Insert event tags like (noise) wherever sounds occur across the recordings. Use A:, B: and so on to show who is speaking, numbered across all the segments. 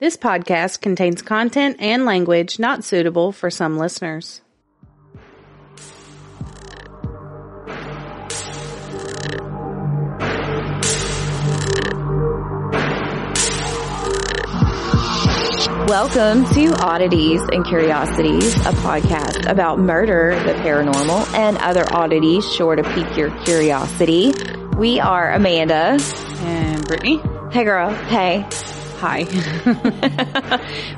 A: This podcast contains content and language not suitable for some listeners.
B: Welcome to Oddities and Curiosities, a podcast about murder, the paranormal, and other oddities sure to pique your curiosity. We are Amanda.
A: And Brittany,
B: Hey girl. Hey.
A: hi.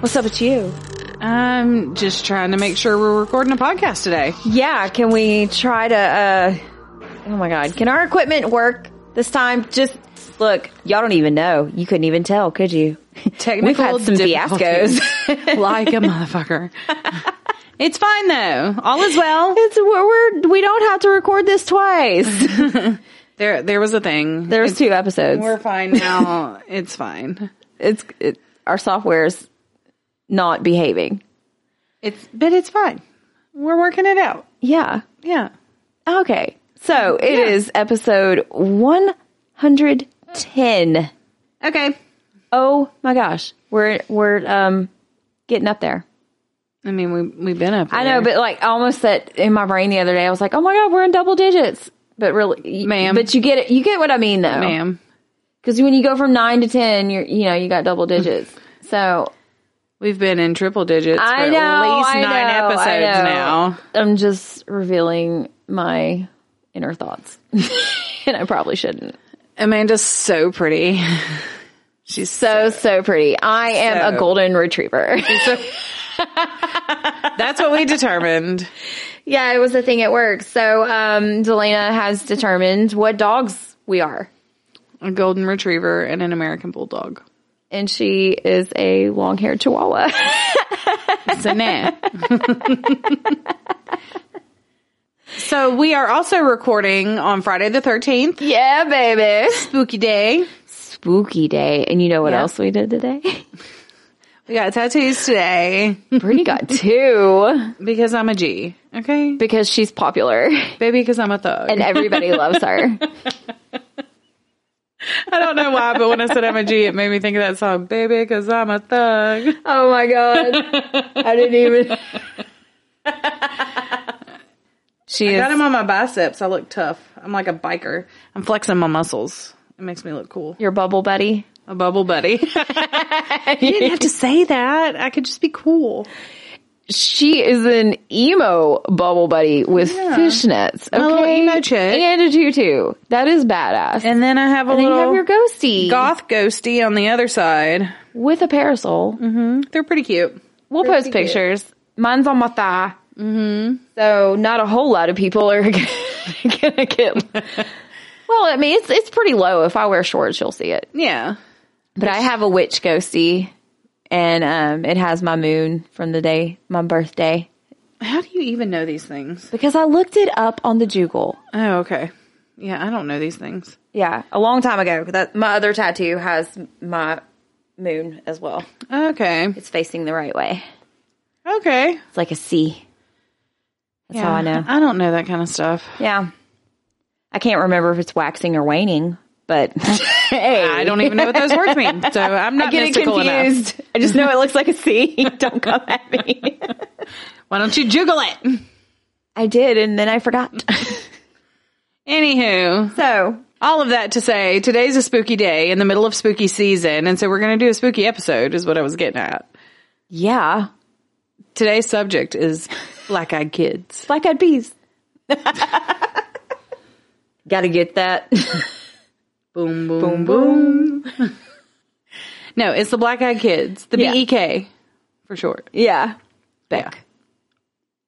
B: What's up with you?
A: (laughs) I'm just trying to make sure we're recording a podcast today.
B: Yeah, can we try to uh Oh my god, can our equipment work this time? Just look, y'all don't even know. You couldn't even tell, could you? (laughs) We've
A: Technical
B: had some
A: difficulties.
B: fiascos.
A: (laughs)
B: (laughs)
A: like a (laughs) motherfucker. it's fine though. All is well.
B: It's we're, we're we don't have to record this twice. (laughs)
A: There, there was a thing.
B: There's two episodes.
A: We're fine now. it's fine.
B: it's it, our software's not behaving.
A: It's, but it's fine. We're working it out.
B: Yeah.
A: Yeah.
B: Okay. So it is episode 110.
A: Okay.
B: Oh my gosh. We're we're um getting up there.
A: I mean, we, we've been up.
B: I know, but like I almost said in my brain the other day I was like, "Oh my god, we're in double digits." But really,
A: Ma'am.
B: But you get it. You get what I mean, though,
A: ma'am,
B: Because when you go from nine to ten, you're you know you got double (laughs) digits. So
A: we've been in triple digits
B: I
A: for
B: know.
A: at least
B: I
A: nine
B: know, I
A: episodes
B: know.
A: now.
B: I'm just revealing my inner thoughts, (laughs) and I probably shouldn't.
A: Amanda's so pretty. (laughs) She's so.
B: So so pretty. I am
A: So-
B: a golden retriever.
A: (laughs)
B: (laughs)
A: That's what we determined.
B: yeah, it was a thing at work. So um, Delana has determined what dogs we are,
A: A golden retriever and an American bulldog.
B: and she is a long-haired Chihuahua. (laughs)
A: So nah. (laughs) so we are also recording on Friday the thirteenth,
B: yeah, baby.
A: spooky day.
B: Spooky day, and you know what
A: Yeah.
B: else we did today?
A: We got tattoos today
B: Brittany got two
A: because I'm a G. Okay,
B: (laughs) because she's popular
A: baby, because I'm a thug.
B: and everybody loves (laughs) her.
A: I don't know why, but when I said I'm a G, it made me think of that song, baby, because I'm a thug.
B: Oh my (laughs) god, I didn't even. she is
A: Got him on my biceps. I look tough. I'm like a biker. I'm flexing my muscles. It makes me look cool.
B: your bubble buddy.
A: A bubble buddy. (laughs) you didn't have to say that. I could just be cool.
B: She is an emo bubble buddy with fishnets. Okay,
A: little emo chick.
B: and a tutu. That is badass. Oh, And,
A: And then I have a
B: then you
A: little
B: have your ghosty
A: goth ghosty on the other side.
B: with a parasol.
A: They're pretty cute.
B: We'll post pictures. Mine's on my thigh. Mm-hmm. So not a whole lot of people are (laughs) gonna get. (laughs) Well, I mean, it's it's pretty low. If I wear shorts, you'll see it.
A: Yeah.
B: But I have a witch ghosty, and um, it has my moon from the day my birthday
A: How do you even know these things?
B: because I looked it up on the Google.
A: Oh, okay. Yeah, I don't know these things.
B: Yeah, a long time ago. That my other tattoo has my moon as well.
A: Okay.
B: It's facing the right way.
A: Okay.
B: It's like a C. That's how I know.
A: I don't know that kind of stuff.
B: Yeah, I can't remember if it's waxing or waning,
A: (laughs)
B: but (laughs) hey,
A: I don't even know what those words mean. So I'm not
B: I get it
A: mystical enough.
B: confused. I just know it looks like a C. (laughs) don't come at me.
A: Why don't you jiggle it?
B: I did, and then I forgot. (laughs)
A: Anywho,
B: so
A: All of that to say, today's a spooky day in the middle of spooky season, and so we're going to do a spooky episode, is what I was getting at.
B: yeah,
A: Today's subject is black eyed kids.
B: black eyed (laughs) peas. Got to get that.
A: Boom, boom, boom. (laughs) no, it's the black eyed kids, the
B: Yeah.
A: BEK for short.
B: (laughs) yeah.
A: Beck.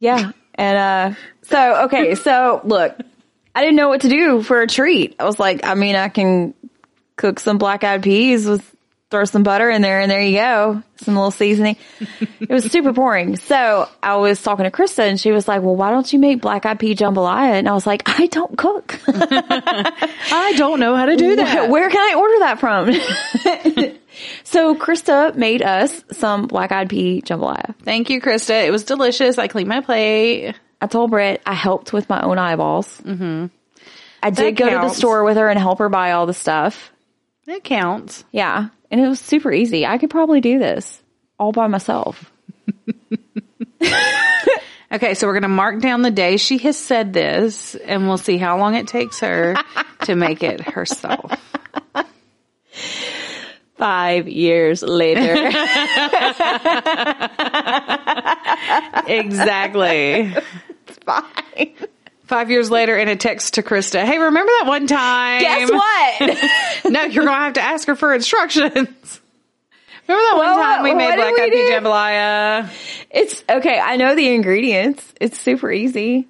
B: Yeah. And uh so okay, so look, I didn't know what to do for a treat. I was like, I mean, I can cook some black eyed peas with throw some butter in there and there you go. Some little seasoning. it was super boring. So I was talking to Krista and she was like, Well, why don't you make black eyed pea jambalaya? And I was like, I don't cook.
A: I don't know how to do that.
B: Where can I order that from? (laughs) so Krista made us some black eyed pea jambalaya.
A: Thank you, Krista. It was delicious. I cleaned my plate.
B: I told Britt I helped with my own eyeballs. Mm-hmm. I
A: That
B: did go to the
A: counts.
B: store with her and help her buy all the stuff.
A: That counts.
B: Yeah. and it was super easy. I could probably do this all by myself.
A: Okay, so we're going to mark down the day she has said this, and we'll see how long it takes her to make it herself.
B: Five years later. (laughs)
A: Exactly.
B: Fine.
A: Five years later, in a text to Krista, hey, remember that one time?
B: Guess
A: (laughs)
B: what? (laughs)
A: No, you're going to have to ask her for instructions. (laughs) Remember that one
B: Well,
A: time we
B: what
A: made
B: did
A: black
B: we
A: eyed pea
B: do?
A: jambalaya?
B: It's okay. I know the ingredients. It's super easy.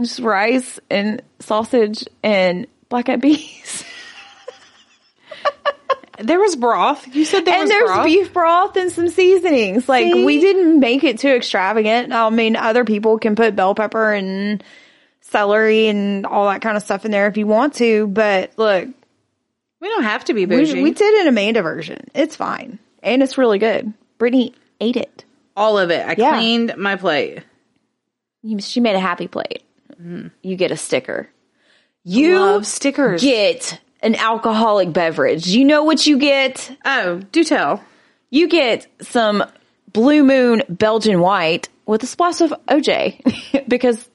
B: Just rice and sausage and black eyed peas.
A: There was broth. You said there
B: and
A: was
B: there's
A: broth.
B: beef broth and some seasonings. Like
A: See?
B: we didn't make it too extravagant. I mean, other people can put bell pepper and celery and all that kind of stuff in there if you want to. But look,
A: We don't have to be bougie.
B: we, we did an Amanda version. It's fine and it's really good. Brittany ate it.
A: All of it. I
B: Yeah.
A: cleaned my plate.
B: She made a happy plate. You get a sticker. You
A: Love stickers.
B: get an alcoholic beverage. You know what you get?
A: oh, do tell.
B: You get some Blue Moon Belgian White with a splash of OJ (laughs) because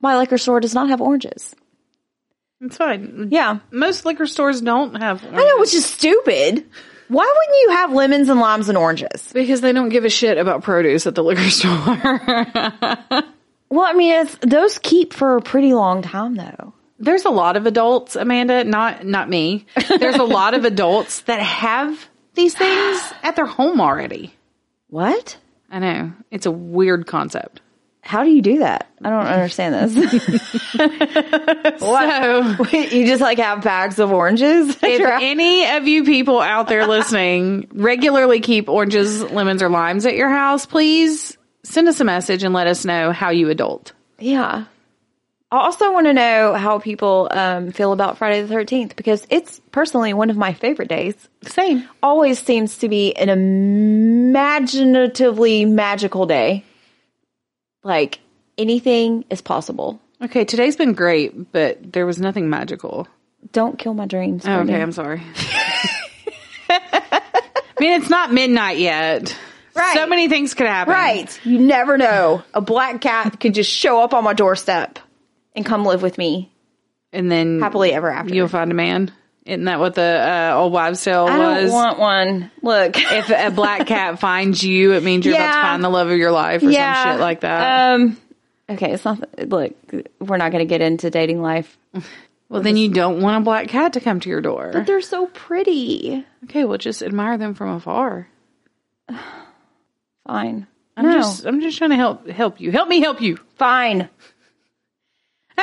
B: my liquor store does not have oranges.
A: It's fine.
B: Yeah.
A: Most liquor stores don't have
B: I know, which is stupid. Why wouldn't you have lemons and limes and oranges?
A: Because they don't give a shit about produce at the liquor (laughs) store.
B: Well, I mean, it's, those keep for a pretty long time though.
A: There's a lot of adults, Amanda, not not me. There's a lot (laughs) of adults that have these things at their home already.
B: What?
A: I know. It's a weird concept.
B: How do you do that? I don't understand this. (laughs)
A: So,
B: you just like have bags of oranges? (laughs)
A: if any of you people out there listening regularly keep oranges, lemons or limes at your house, please send us a message and let us know how you adult.
B: Yeah. I also want to know how people um, feel about Friday the 13th because it's personally one of my favorite days.
A: Same.
B: Always seems to be an imaginatively magical day. Like anything is possible.
A: Okay, today's been great, but there was nothing magical.
B: Don't kill my dreams. Courtney.
A: Oh, Okay, I'm (laughs) sorry. I mean, it's not midnight yet.
B: Right.
A: So many things could happen.
B: Right. You never know. A black cat could just show up on my doorstep and come live with me
A: And then
B: happily ever after.
A: you'll find a man. Isn't that what the uh, old wives' tale
B: I don't
A: was?
B: want one. Look.
A: if a black
B: (laughs)
A: cat finds you, it means you're about
B: Yeah.
A: to find the love of your life or some shit like that.
B: Um, okay, it's not. Look, we're not going to get into dating life.
A: well, then you don't want a black cat to come to your door.
B: They're so pretty.
A: Okay, well, just admire them from afar.
B: Fine.
A: I'm
B: no,
A: just, I'm just trying to help, help you. Help me, help you.
B: fine.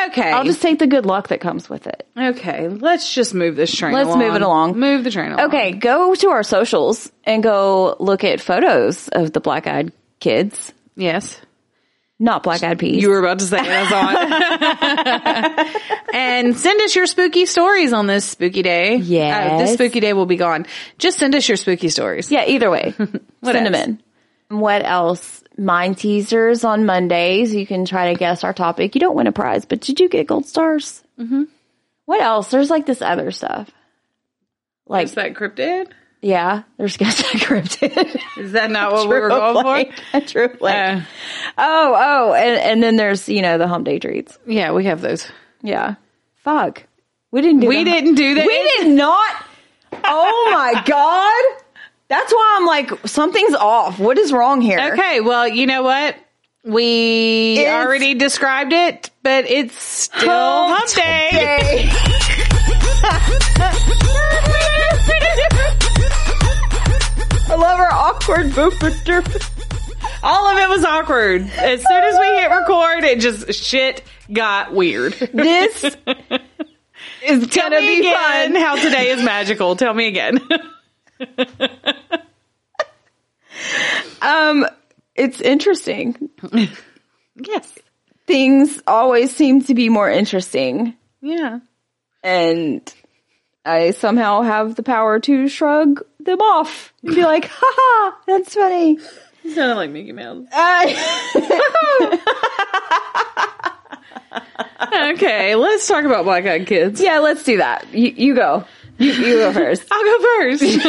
A: Okay,
B: I'll just take the good luck that comes with it.
A: okay. Let's just move this train.
B: Let's move it along.
A: Move the train. Along.
B: Okay, go to our socials and go look at photos of the black eyed kids,
A: Yes.
B: not black eyed peas.
A: You were about to say Amazon. (laughs) and send us your spooky stories on this spooky day.
B: Yes.
A: Uh, this spooky day will be gone. Just send us your spooky stories.
B: yeah, either
A: (laughs)
B: way, send them
A: else?
B: in. What else? Mind teasers on Mondays. You can try to guess our topic. You don't win a prize, but you do get gold stars. Mm-hmm. What else? There's like this other stuff. Like
A: Is that cryptid?
B: Yeah, there's (laughs) guest encrypted.
A: Is that not what we were
B: Drew
A: going
B: Blake.
A: for?
B: Drew Blake.
A: Uh,
B: Oh, oh, and, and then there's you know the hump day treats.
A: yeah, we have those.
B: Yeah. Fuck. We didn't. Do
A: We
B: the-
A: didn't do that.
B: We did not. Oh
A: (laughs)
B: my god. That's why I'm like something's off. What is wrong here?
A: Okay, well, you know what? We
B: It's-
A: already described it, but it's still
B: Hump
A: hump day.
B: Day. I love our awkward booper derp.
A: All of it was awkward. As soon as we hit record, it just shit got weird.
B: This is
A: Tell
B: gonna
A: me
B: be
A: again
B: fun.
A: how today is magical. Tell me again. (laughs)
B: Um, it's interesting.
A: yes.
B: Things always seem to be more interesting,
A: Yeah.
B: and I somehow have the power to shrug them off and be like, "Ha ha, that's funny."
A: You sounded like Mickey Mouse.
B: Uh,
A: (laughs) Okay, let's talk about black eyed kids.
B: yeah, let's do that. You, you go. You, you go first.
A: I'll go first.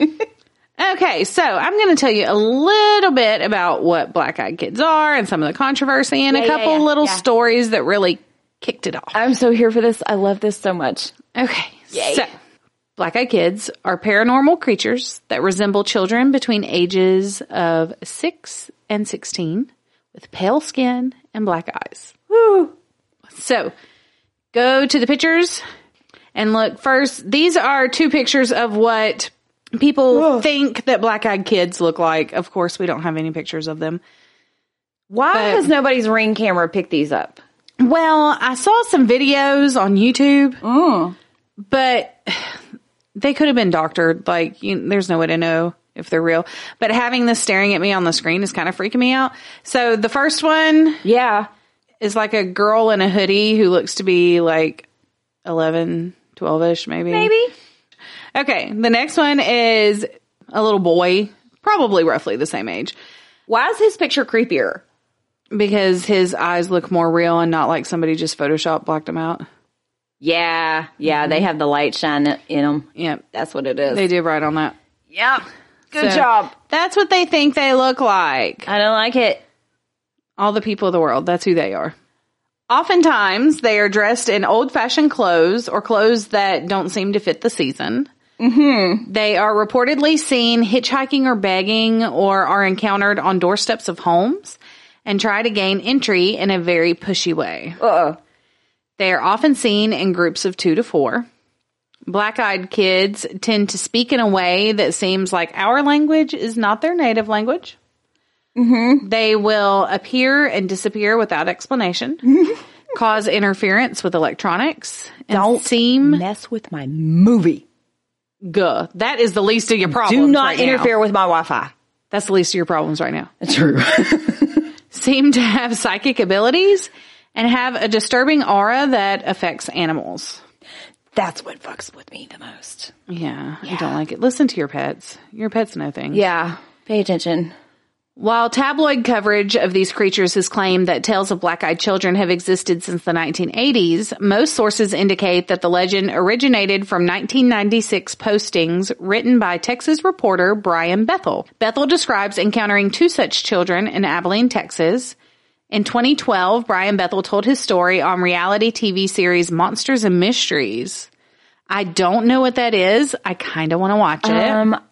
B: (laughs)
A: (laughs) okay, so I'm going to tell you a little bit about what Black Eyed Kids are and some of the controversy and
B: Yeah,
A: a
B: yeah,
A: couple
B: yeah,
A: little
B: yeah.
A: stories that really kicked it off.
B: (laughs) I'm so here for this. I love this so much.
A: Okay, so Black Eyed Kids are paranormal creatures that resemble children between ages of 6 and 16 with pale skin and black eyes.
B: Woo.
A: So go to the pictures and look first. These are two pictures of what people think that black eyed kids look like. Of course, we don't have any pictures of them.
B: Why
A: But-
B: has nobody's ring camera picked these up?
A: Well, I saw some videos on YouTube,
B: Mm.
A: but they could have been doctored. Like, you, there's no way to know if they're real. But having this staring at me on the screen is kind of freaking me out. So the first one
B: Yeah.
A: is like a girl in a hoodie who looks to be like 11, 12 ish, maybe.
B: Maybe.
A: Okay. The next one is a little boy, probably roughly the same age,
B: Why is his picture creepier?
A: because his eyes look more real and not like somebody just Photoshop blacked them out.
B: Yeah. Yeah. They have the light shine in them.
A: Yeah.
B: That's what it is.
A: They did right on that.
B: yep. Good
A: So,
B: job.
A: That's what they think they look like.
B: I don't like it.
A: All the people of the world. That's who they are. Oftentimes, they are dressed in old fashioned clothes or clothes that don't seem to fit the season. Mm-hmm. They are reportedly seen hitchhiking or begging or are encountered on doorsteps of homes and try to gain entry in a very pushy way.
B: Uh oh.
A: They are often seen in groups of two to four. Black eyed kids tend to speak in a way that seems like our language is not their native language. Mm-hmm. They will appear and disappear without explanation,
B: (laughs)
A: cause interference with electronics, and
B: Don't
A: seem
B: Mess with my movie.
A: guh. That is the least of your problems.
B: Do not
A: right now.
B: interfere with my Wi Fi.
A: That's the least of your problems right now.
B: True.
A: Seem to have psychic abilities and have a disturbing aura that affects animals.
B: (laughs) That's what fucks with me the most.
A: Yeah, I don't like it. Listen to your pets. Your pets know things.
B: Yeah. Pay attention.
A: While tabloid coverage of these creatures has claimed that tales of black eyed children have existed since the 1980s, most sources indicate that the legend originated from 1996 postings written by Texas reporter Brian Bethel. Bethel describes encountering two such children in Abilene, Texas. In 2012, Brian Bethel told his story on reality TV series Monsters and Mysteries. I don't know what that is. I kind of want to watch it,
B: Um,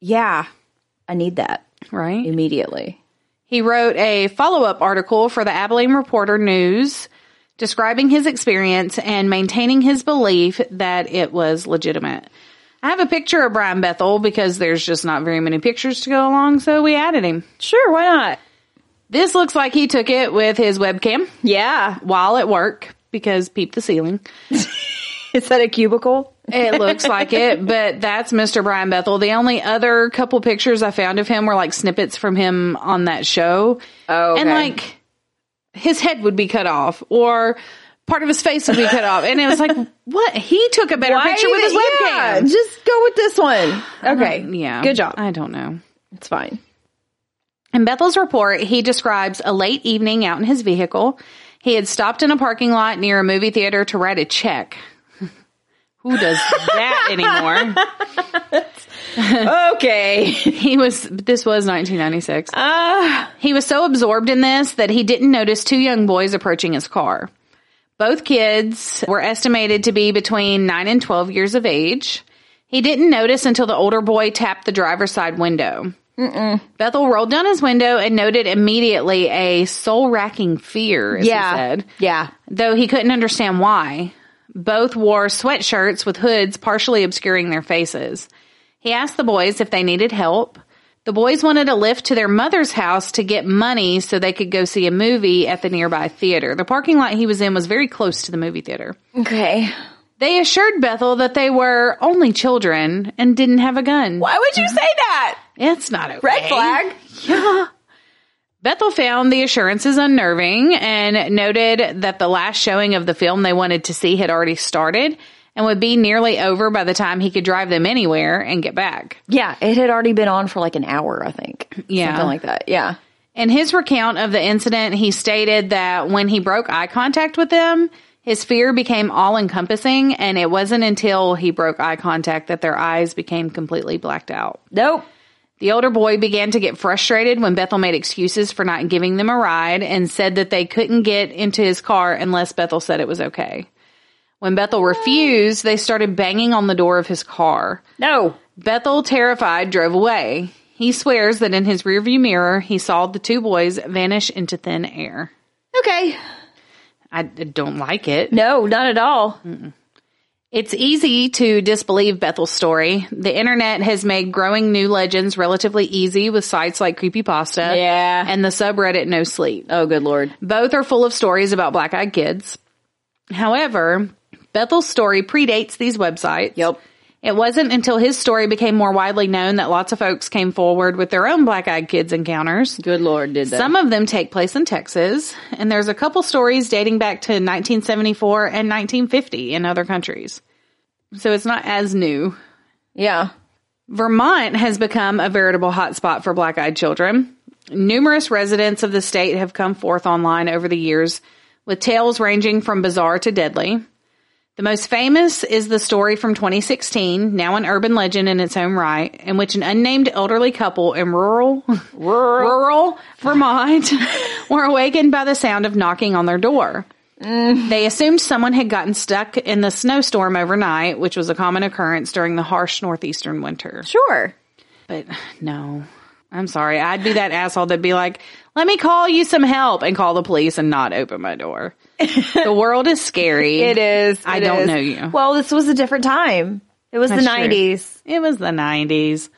B: yeah. I need that
A: right?
B: immediately.
A: He wrote a follow up article for the Abilene Reporter News describing his experience and maintaining his belief that it was legitimate. I have a picture of Brian Bethel because there's just not very many pictures to go along, so we added him.
B: Sure. Why not?
A: This looks like he took it with his webcam
B: Yeah.
A: while at work because peep the ceiling.
B: (laughs) Is that a cubicle?
A: It looks like it, but that's Mr. Brian Bethel. The only other couple pictures I found of him were like snippets from him on that show.
B: Oh,
A: and
B: okay.
A: like his head would be cut off or part of his face would be cut off. And it was like, (laughs) what? He took a better picture with his
B: Yeah,
A: webcam.
B: just go with this one. Okay.
A: Yeah. Uh,
B: Good job.
A: I don't know.
B: It's fine.
A: In Bethel's report, he describes a late evening out in his vehicle. He had stopped in a parking lot near a movie theater to write a check. (laughs) Who does (laughs) that anymore? (laughs)
B: Okay.
A: He was, this was 1996.
B: Uh,
A: He was so absorbed in this that he didn't notice two young boys approaching his car. Both kids were estimated to be between 9 and 12 years of age. He didn't notice until the older boy tapped the driver's side window. Bethel rolled down his window and noted immediately a soul racking fear, as
B: yeah.
A: he said,
B: Yeah.
A: though he couldn't understand why. Both wore sweatshirts with hoods partially obscuring their faces. He asked the boys if they needed help. The boys wanted a lift to their mother's house to get money so they could go see a movie at the nearby theater. The parking lot he was in was very close to the movie theater.
B: Okay.
A: They assured Bethel that they were only children and didn't have a gun.
B: Why would you say that?
A: It's not okay.
B: Red flag.
A: Bethel found the assurances unnerving and noted that the last showing of the film they wanted to see had already started and would be nearly over by the time he could drive them anywhere and get back.
B: Yeah. It had already been on for like an hour, I think.
A: Yeah.
B: Something like that. Yeah.
A: In his recount of the incident, he stated that when he broke eye contact with them, His fear became all encompassing, and it wasn't until he broke eye contact that their eyes became completely blacked out.
B: Nope.
A: The older boy began to get frustrated when Bethel made excuses for not giving them a ride and said that they couldn't get into his car unless Bethel said it was okay. When Bethel refused, they started banging on the door of his car.
B: No.
A: Bethel, terrified, drove away. He swears that in his rearview mirror, he saw the two boys vanish into thin air.
B: Okay.
A: I d- don't like it.
B: No, not at all.
A: It's easy to disbelieve Bethel's story. The internet has made growing new legends relatively easy with sites like Creepypasta
B: Yeah.
A: and the subreddit No Sleep.
B: Oh, good lord.
A: Both are full of stories about black eyed kids. However, Bethel's story predates these websites.
B: Yep.
A: It wasn't until his story became more widely known that lots of folks came forward with their own black eyed kids encounters.
B: Good lord, did that.
A: Some of them take place in Texas, and there's a couple stories dating back to 1974 and 1950 in other countries. So it's not as new.
B: yeah.
A: Vermont has become a veritable hotspot for black eyed children. Numerous residents of the state have come forth online over the years with tales ranging from bizarre to deadly. The most famous is the story from 2016, now an urban legend in its own right, in which an unnamed elderly couple in rural
B: Rural.
A: rural Vermont (laughs) were awakened by the sound of knocking on their door. They assumed someone had gotten stuck in the snowstorm overnight, which was a common occurrence during the harsh northeastern winter.
B: Sure.
A: But (sighs) no, I'm sorry. I'd be that asshole that'd be like, let me call you some help and call the police and not open my
B: (laughs)
A: door. the world is scary.
B: It is.
A: I
B: it
A: don't
B: is.
A: know you.
B: Well, this was a different time. It was
A: That's
B: the
A: true.
B: 90s.
A: It was the 90s.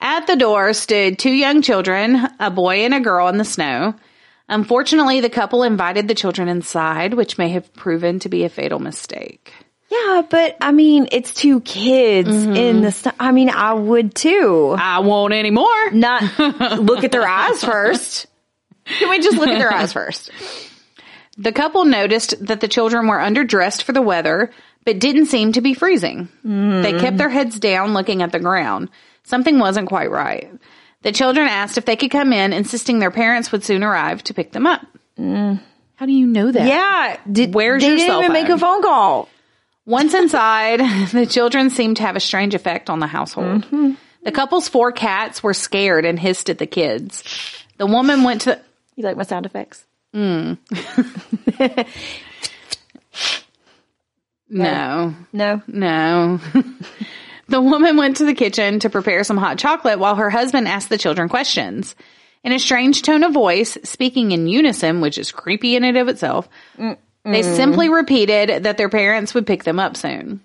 A: At the door stood two young children, a boy and a girl in the snow. Unfortunately, the couple invited the children inside, which may have proven to be a fatal mistake.
B: Yeah, but I mean, it's two kids in the. St- I mean, I would too.
A: I won't anymore.
B: (laughs) Not look at their eyes first. Can we just look at their eyes first?
A: The couple noticed that the children were underdressed for the weather, but didn't seem to be freezing. They kept their heads down looking at the ground. Something wasn't quite right. The children asked if they could come in, insisting their parents would soon arrive to pick them up. How do you know that?
B: (laughs) Yeah. Did,
A: Where's
B: they
A: your
B: didn't
A: cell
B: even make
A: phone?
B: a phone call.
A: Once inside, (laughs) the children seemed to have a strange effect on the household. The couple's four cats were scared and hissed at the kids. The woman went to
B: You like my sound effects?
A: no,
B: No.
A: no. (laughs) the woman went to the kitchen to prepare some hot chocolate while her husband asked the children questions. In a strange tone of voice, speaking in unison, which is creepy in and of itself, they simply repeated that their parents would pick them up soon.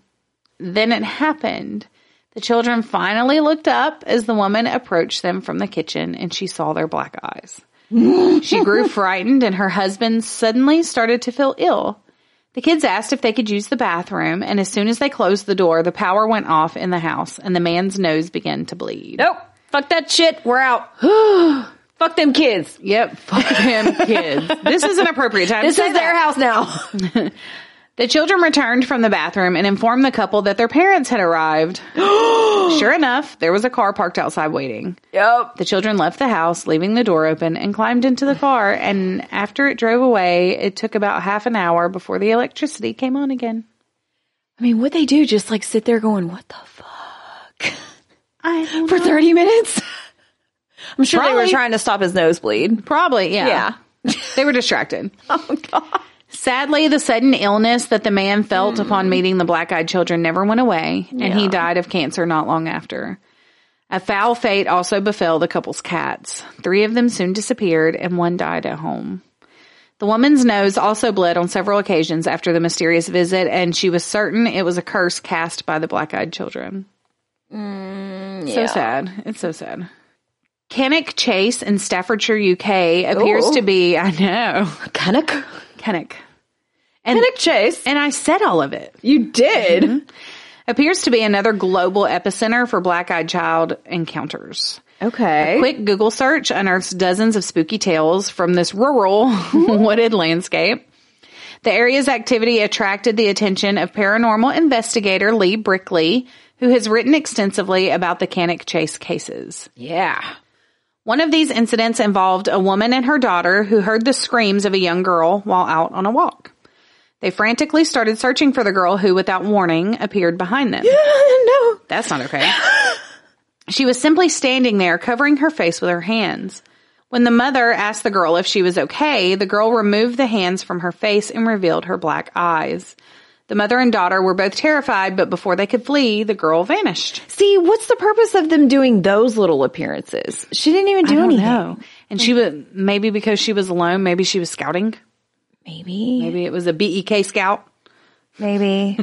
A: Then it happened. The children finally looked up as the woman approached them from the kitchen and she saw their black eyes. she grew frightened and her husband suddenly started to feel ill. The kids asked if they could use the bathroom, and as soon as they closed the door, the power went off in the house and the man's nose began to bleed.
B: Nope. Fuck that shit. We're out. (sighs) Fuck them kids.
A: Yep, (laughs) fuck him, kids. This is an appropriate time.
B: This
A: to say
B: is their
A: that.
B: house (laughs) now.
A: The children returned from the bathroom and informed the couple that their parents had (gasps) arrived. sure enough, there was a car parked outside waiting.
B: Yep.
A: The children left the house, leaving the door open, and climbed into the car. And after it drove away, it took about half an hour before the electricity came on again.
B: I mean, what they do? Just like sit there going, "What the fuck?"
A: I don't
B: For thirty minutes. (laughs) I'm sure they
A: Probably.
B: were trying to stop his nosebleed.
A: Probably, yeah.
B: Yeah.
A: (laughs) They were distracted.
B: (laughs) Oh god. Hmm.
A: Sadly, the sudden illness that the man felt upon meeting the black eyed children never went away, and he
B: Yeah.
A: died of cancer not long after. A foul fate also befell the couple's cats. Three of them soon disappeared, and one died at home. The woman's nose also bled on several occasions after the mysterious visit, and she was certain it was a curse cast by the black eyed children. So sad. It's so sad. Cannock Chase in Staffordshire, UK appears
B: Ooh.
A: to be, (laughs) I know,
B: Kinnick.
A: Cannock.
B: Kinnick Chase. Mm-hmm.
A: And I said all of it.
B: You did.
A: Appears to be another global epicenter for black eyed child encounters.
B: Okay.
A: Quick Google search unearths dozens of spooky tales from this rural (laughs) wooded landscape. The area's activity attracted the attention of paranormal investigator Lee Brickley, who has written extensively about the Canic Chase cases.
B: yeah.
A: One of these incidents involved a woman and her daughter who heard the screams of a young girl while out on a walk. They frantically started searching for the girl who, without warning, appeared behind them.
B: (laughs) no.
A: That's not okay. (laughs) she was simply standing there, covering her face with her hands. When the mother asked the girl if she was okay, the girl removed the hands from her face and revealed her black eyes. The mother and daughter were both terrified, but before they could flee, the girl vanished.
B: See, what's the purpose of them doing those little appearances? She didn't even do
A: I don't
B: anything.
A: know. And she was maybe because she was alone, maybe she was scouting.
B: Maybe.
A: Maybe it was a BEK scout.
B: Maybe.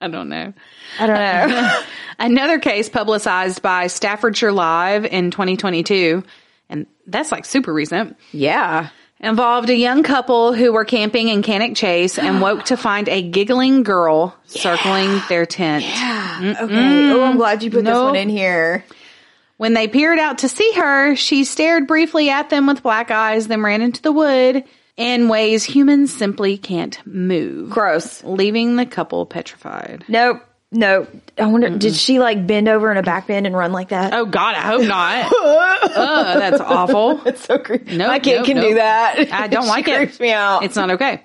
A: I don't know.
B: I don't know.
A: Another case publicized by Staffordshire Live in 2022, and that's like super recent,
B: (laughs) yeah.
A: involved a young couple who were camping in Canic Chase and (gasps) woke to find a giggling girl circling their tent.
B: Okay. Oh, I'm glad you put this
A: Nope.
B: one in here.
A: When they peered out to see her, she stared briefly at them with black eyes, then ran into the wood in ways humans simply can't move,
B: Gross.
A: leaving the couple petrified.
B: Nope. Nope. I wonder, did she like bend over in a back bend and run like (laughs) that?
A: Oh God, I hope not. (laughs) Ugh, that's awful.
B: It's so creepy.
A: Nope,
B: My kid
A: nope,
B: can do
A: nope. (laughs)
B: that.
A: I don't
B: (laughs) She
A: like it.
B: Creeps me out.
A: It's not okay.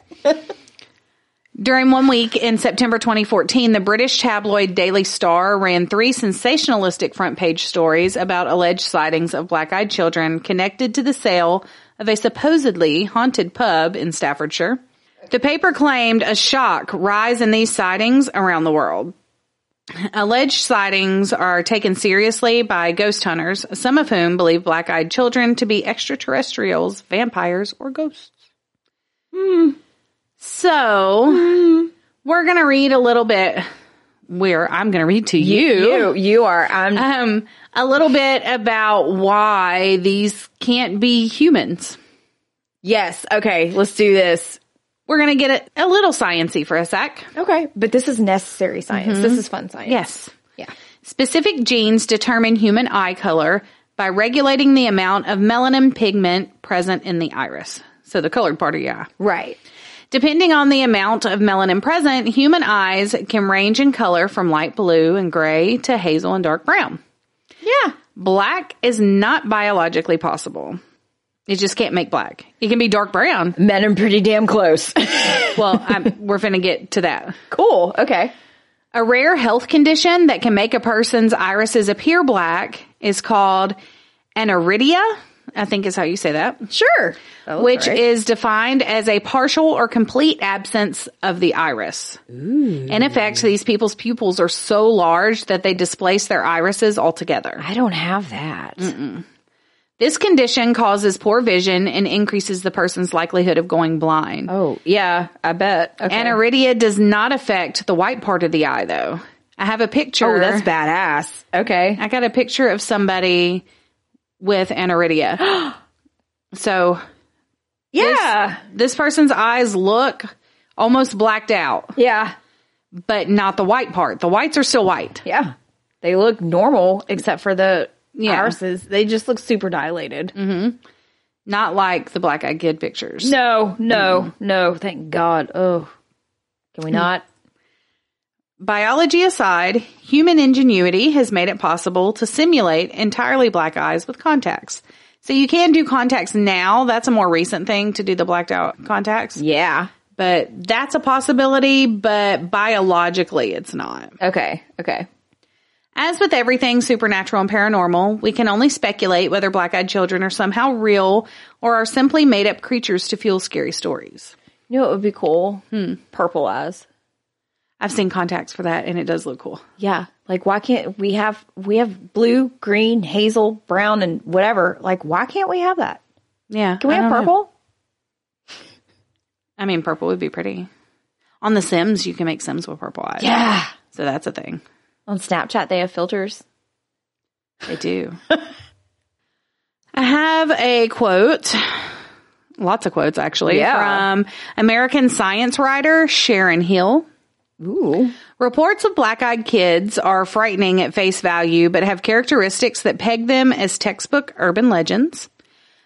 A: (laughs) During one week in September 2014, the British tabloid Daily Star ran three sensationalistic front page stories about alleged sightings of black eyed children connected to the sale of a supposedly haunted pub in Staffordshire. The paper claimed a shock rise in these sightings around the world. Alleged sightings are taken seriously by ghost hunters, some of whom believe black eyed children to be extraterrestrials, vampires, or ghosts. So, we're going to read a little bit where I'm going to read to
B: you, you are. I'm.
A: um, a little bit about why these can't be humans.
B: yes. Okay. Let's do this.
A: We're going to get a, a little sciency for a sec.
B: Okay. But this is necessary science. This is fun science.
A: Yes.
B: Yeah.
A: Specific genes determine human eye color by regulating the amount of melanin pigment present in the iris. So the colored part of your eye.
B: Right.
A: Depending on the amount of melanin present, human eyes can range in color from light blue and gray to hazel and dark brown.
B: Yeah.
A: Black is not biologically possible. It just can't make black. It can be dark brown.
B: Men are pretty damn close. (laughs)
A: Well, I'm, we're finna get to that.
B: cool. Okay.
A: A rare health condition that can make a person's irises appear black is called aniridia. I think is how you say that,
B: Sure.
A: which is defined as a partial or complete absence of the iris. In effect, these people's pupils are so large that they displace their irises altogether.
B: I don't have that.
A: This condition causes poor vision and increases the person's likelihood of going blind.
B: Oh, yeah. I bet. Okay.
A: Aniridia does not affect the white part of the eye, though. I have a picture.
B: Oh, that's badass. Okay.
A: I got a picture of somebody with aniridia.
B: (gasps)
A: so
B: Yeah.
A: this person's eyes look almost blacked out,
B: yeah.
A: but not the white part. The whites are still white.
B: Yeah. They look normal except for the
A: Yeah.
B: irises. They just look super dilated.
A: Not like the black eyed kid pictures.
B: No, no, no. Thank God. Oh. Can we not?
A: Biology aside, human ingenuity has made it possible to simulate entirely black eyes with contacts. So you can do contacts now. That's a more recent thing to do the blacked out contacts,
B: Yeah.
A: but that's a possibility, but biologically it's not.
B: Okay. Okay.
A: As with everything supernatural and paranormal, we can only speculate whether black eyed children are somehow real or are simply made up creatures to fuel scary stories.
B: You know what would be cool? Purple eyes.
A: I've seen contacts for that and it does look cool.
B: Yeah. Like why can't we have we have blue, green, hazel, brown, and whatever. Like why can't we have that?
A: Yeah.
B: Can we
A: I don't
B: have
A: know.
B: purple?
A: I mean, purple would be pretty. On The Sims, you can make Sims with purple eyes.
B: Yeah.
A: So that's a thing.
B: On Snapchat they have filters.
A: They
B: (laughs)
A: do. I have a quote, lots of quotes actually,
B: Yeah.
A: from American science writer Sharon Hill.
B: Ooh.
A: Reports of black eyed kids are frightening at face value, but have characteristics that peg them as textbook urban legends.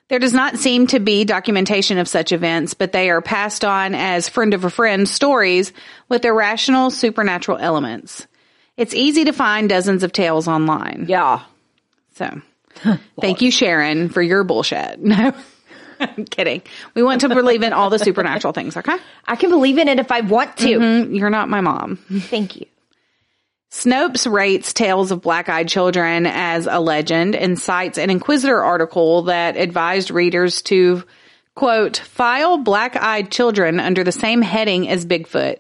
A: There does not seem to be documentation of such events, but they are passed on as friend of a friend stories with irrational supernatural elements. It's easy to find dozens of tales online.
B: Yeah.
A: So thank you, Sharon, for your bullshit. (laughs) No. I'm kidding. We want to believe in all the supernatural things, okay?
B: I can believe in it if I want to.
A: Mm, You're not my mom.
B: Thank you.
A: Snopes rates Tales of Black Eyed Children as a legend and cites an Inquisitor article that advised readers to, quote, file black eyed children under the same heading as Bigfoot.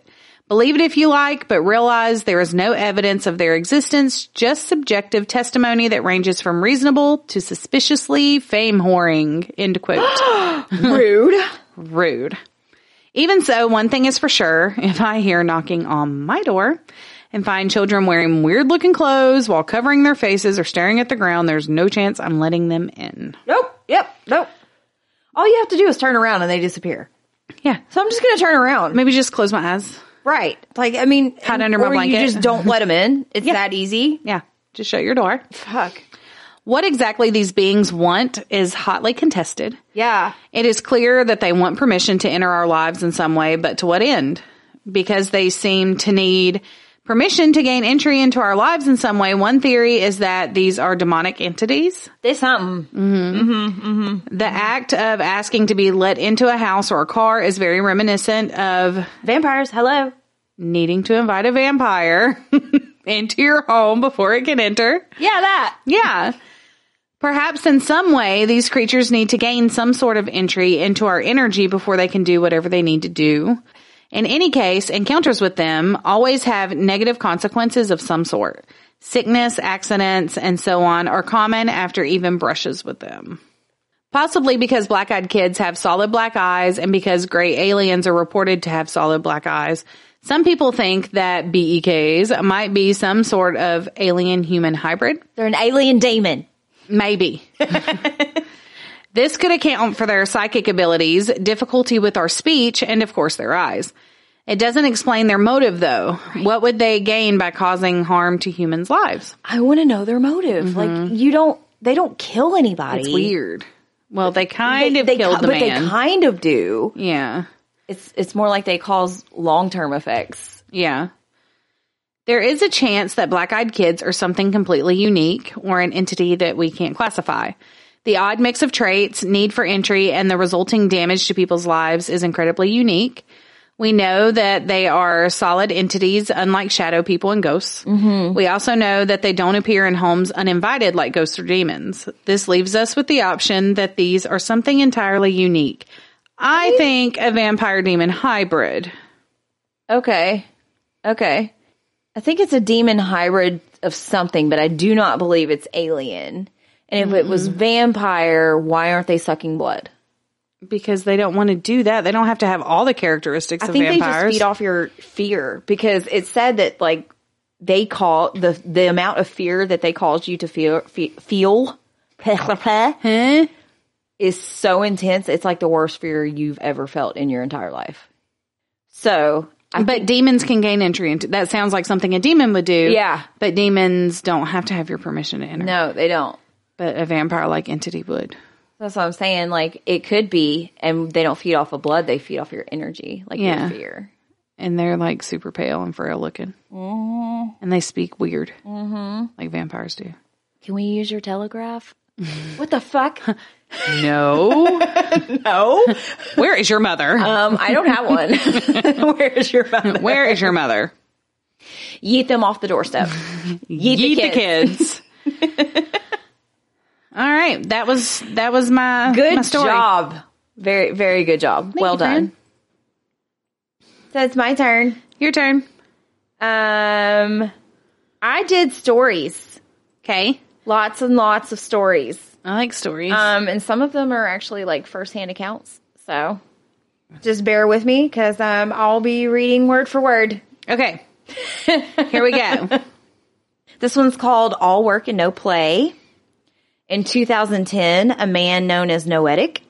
A: Believe it if you like, but realize there is no evidence of their existence, just subjective testimony that ranges from reasonable to suspiciously fame whoring, end quote.
B: Rude.
A: Rude. Even so, one thing is for sure. (laughs) If I hear knocking on my door and find children wearing weird looking clothes while covering their faces or staring at the ground, there's no chance I'm letting them in.
B: Nope. Yep. Nope. All you have to do is turn around and they disappear.
A: Yeah.
B: So I'm just going to turn around.
A: Maybe just close my eyes.
B: Right. Like, I mean,
A: Hide under my
B: or
A: blanket.
B: You just don't let them in. It's that easy.
A: Yeah. Just shut your door.
B: Fuck.
A: What exactly these beings want is hotly contested.
B: Yeah.
A: It is clear that they want permission to enter our lives in some way, but to what end? Because they seem to need permission to gain entry into our lives in some way. One theory is that these are demonic entities.
B: There's
A: Mm.
B: something.
A: The act of asking to be let into a house or a car is very reminiscent of
B: Vampires. Hello.
A: needing to invite a vampire (laughs) into your home before it can enter.
B: Yeah, that.
A: Yeah. Perhaps in some way, these creatures need to gain some sort of entry into our energy before they can do whatever they need to do. In any case, encounters with them always have negative consequences of some sort. Sickness, accidents, and so on are common after even brushes with them. Possibly because black eyed kids have solid black eyes and because gray aliens are reported to have solid black eyes, some people think that BEKs might be some sort of alien human hybrid.
B: They're an alien demon.
A: Maybe. (laughs) this could account for their psychic abilities, difficulty with our speech, and of course their eyes. It doesn't explain their motive though. What would they gain by causing harm to humans' lives?
B: I want to know their motive. Like, you don't, they don't kill anybody.
A: Mm-hmm. It's weird. Well, they kind
B: They,
A: of killed
B: ki-
A: the
B: but they
A: man.
B: kind of do.
A: yeah.
B: It's it's more like they cause long term effects.
A: Yeah. There is a chance that black eyed kids are something completely unique or an entity that we can't classify. The odd mix of traits, need for entry, and the resulting damage to people's lives is incredibly unique. We know that they are solid entities, unlike shadow people and ghosts. We also know that they don't appear in homes uninvited like ghosts or demons. This leaves us with the option that these are something entirely unique. I think a vampire demon hybrid.
B: Okay. Okay. I think it's a demon hybrid of something, but I do not believe it's alien. And if it was
A: Mm-hmm.
B: vampire, why aren't they sucking blood?
A: because they don't want to do that. They don't have to have all the characteristics
B: I
A: of
B: think they
A: vampires.
B: just feed off your fear because it said that like they call the the amount of fear that they cause you to feel fe- feel (laughs) is so intense. It's like the worst fear you've ever felt in your entire life. So I,
A: but demons can gain entry into that sounds like something a demon would do.
B: Yeah.
A: But demons don't have to have your permission to enter.
B: no, they don't.
A: But a vampire like entity would.
B: That's what I'm saying. Like it could be, and they don't feed off of blood. They feed off your energy, like
A: Yeah.
B: your fear.
A: And they're like super pale and frail looking. And they speak weird. Mm-hmm. Like vampires do.
B: Can we use your telegraph? (laughs) what the fuck? Um,
A: (laughs) No.
B: No,
A: Where is your mother?
B: um, I don't have one. (laughs) Where is your phone?
A: Where is your mother?
B: yeet them off
A: (laughs)
B: the doorstep. yeet,
A: Yeet the kids.
B: (laughs)
A: all right. That was that was my my
B: Good
A: story.
B: job. Very, very good job. well
A: you,
B: done.
A: friend.
B: So it's my turn.
A: Your turn.
B: Um, I did stories,
A: Okay.
B: lots and lots of stories.
A: I like stories.
B: Um, and some of them are actually like firsthand accounts. So just bear with me because um, I'll be reading word for word.
A: Okay. Here we go.
B: (laughs) This one's called All Work and No Play. In 2010, a man known as Noetic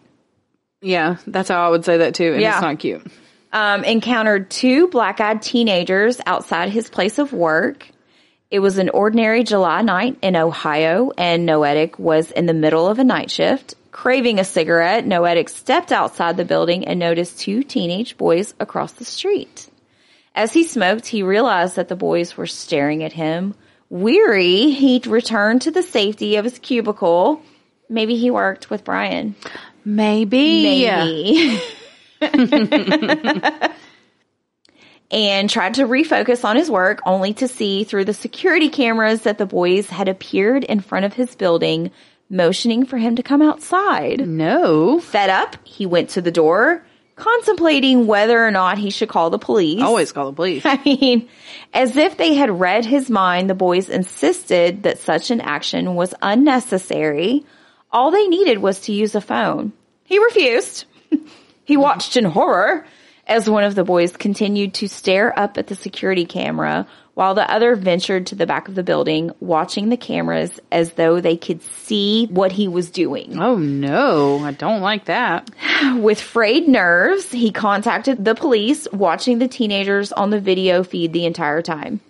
A: yeah, that's how I would say that too. And
B: Yeah.
A: it's not cute.
B: um, encountered two black eyed teenagers outside his place of work. It was an ordinary July night in Ohio, and Noetic was in the middle of a night shift. Craving a cigarette, Noetic stepped outside the building and noticed two teenage boys across the street. As he smoked, he realized that the boys were staring at him. Weary, he returned to the safety of his cubicle. Maybe he worked with Brian.
A: Maybe.
B: Maybe. (laughs) and tried to refocus on his work only to see through the security cameras that the boys had appeared in front of his building, motioning for him to come outside.
A: Hmm. No.
B: Fed up, he went to the door, contemplating whether or not he should call the police.
A: Always call the police.
B: (laughs) I mean, as if they had read his mind, the boys insisted that such an action was unnecessary. All they needed was to use a phone. He refused. (laughs) he watched in horror as one of the boys continued to stare up at the security camera while the other ventured to the back of the building, watching the cameras as though they could see what he was doing.
A: (laughs) Oh no, I don't like that.
B: With frayed nerves, he contacted the police, watching the teenagers on the video feed the entire time.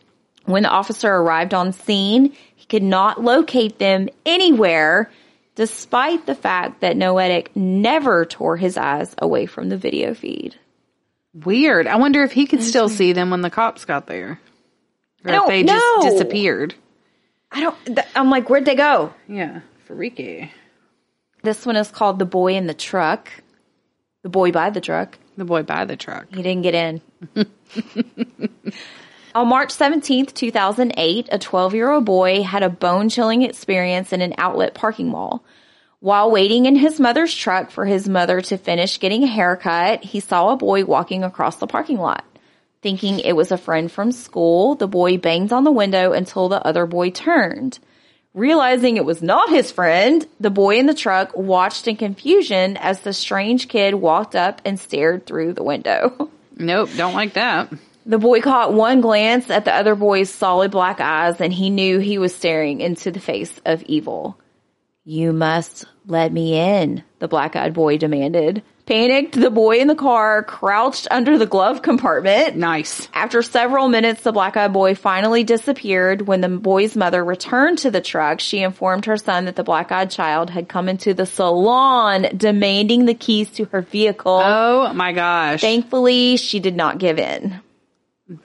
B: When the officer arrived on scene, he could not locate them anywhere, despite the fact that Noetic never tore his eyes away from the video feed.
A: Weird. I wonder if he could still see them when the cops got there. Or
B: I don't
A: if they
B: know.
A: just disappeared.
B: I don't, th- I'm like, where'd they go?
A: Yeah. Fariki.
B: This one is called The Boy in the Truck. The Boy by the Truck.
A: The boy by the truck.
B: He didn't get in. (laughs) On March 17th, 2008, a 12 year old boy had a bone chilling experience in an outlet parking mall. While waiting in his mother's truck for his mother to finish getting a haircut, he saw a boy walking across the parking lot. Thinking it was a friend from school, the boy banged on the window until the other boy turned. Realizing it was not his friend, the boy in the truck watched in confusion as the strange kid walked up and stared through the window. (laughs)
A: Nope, don't like that.
B: The boy caught one glance at the other boy's solid black eyes and he knew he was staring into the face of evil. You must let me in, the black eyed boy demanded. Panicked, the boy in the car crouched under the glove compartment.
A: Nice.
B: After several minutes, the black eyed boy finally disappeared. When the boy's mother returned to the truck, she informed her son that the black eyed child had come into the salon demanding the keys to her vehicle.
A: Oh my gosh.
B: Thankfully, she did not give in.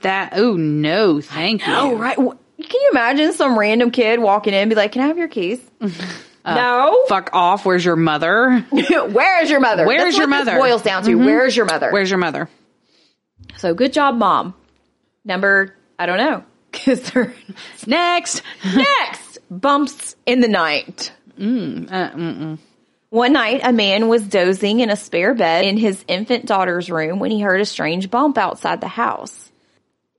A: that oh no, thank
B: Oh,
A: you.
B: right. Wh- Can you imagine some random kid walking in and be like, Can I have
A: (laughs)
B: your keys? no.
A: Uh, Fuck off. Where's your mother?
B: (laughs) Where is your mother?
A: Where
B: That's
A: is your
B: what this
A: mother? Mm-hmm.
B: boils down to. Where is your mother?
A: Where's your mother?
B: so good job, mom. Number, I don't know. (laughs) Because they're
A: Next.
B: next bumps in the night.
A: Uh, mm-mm.
B: One night, a man was dozing in a spare bed in his infant daughter's room when he heard a strange bump outside the house.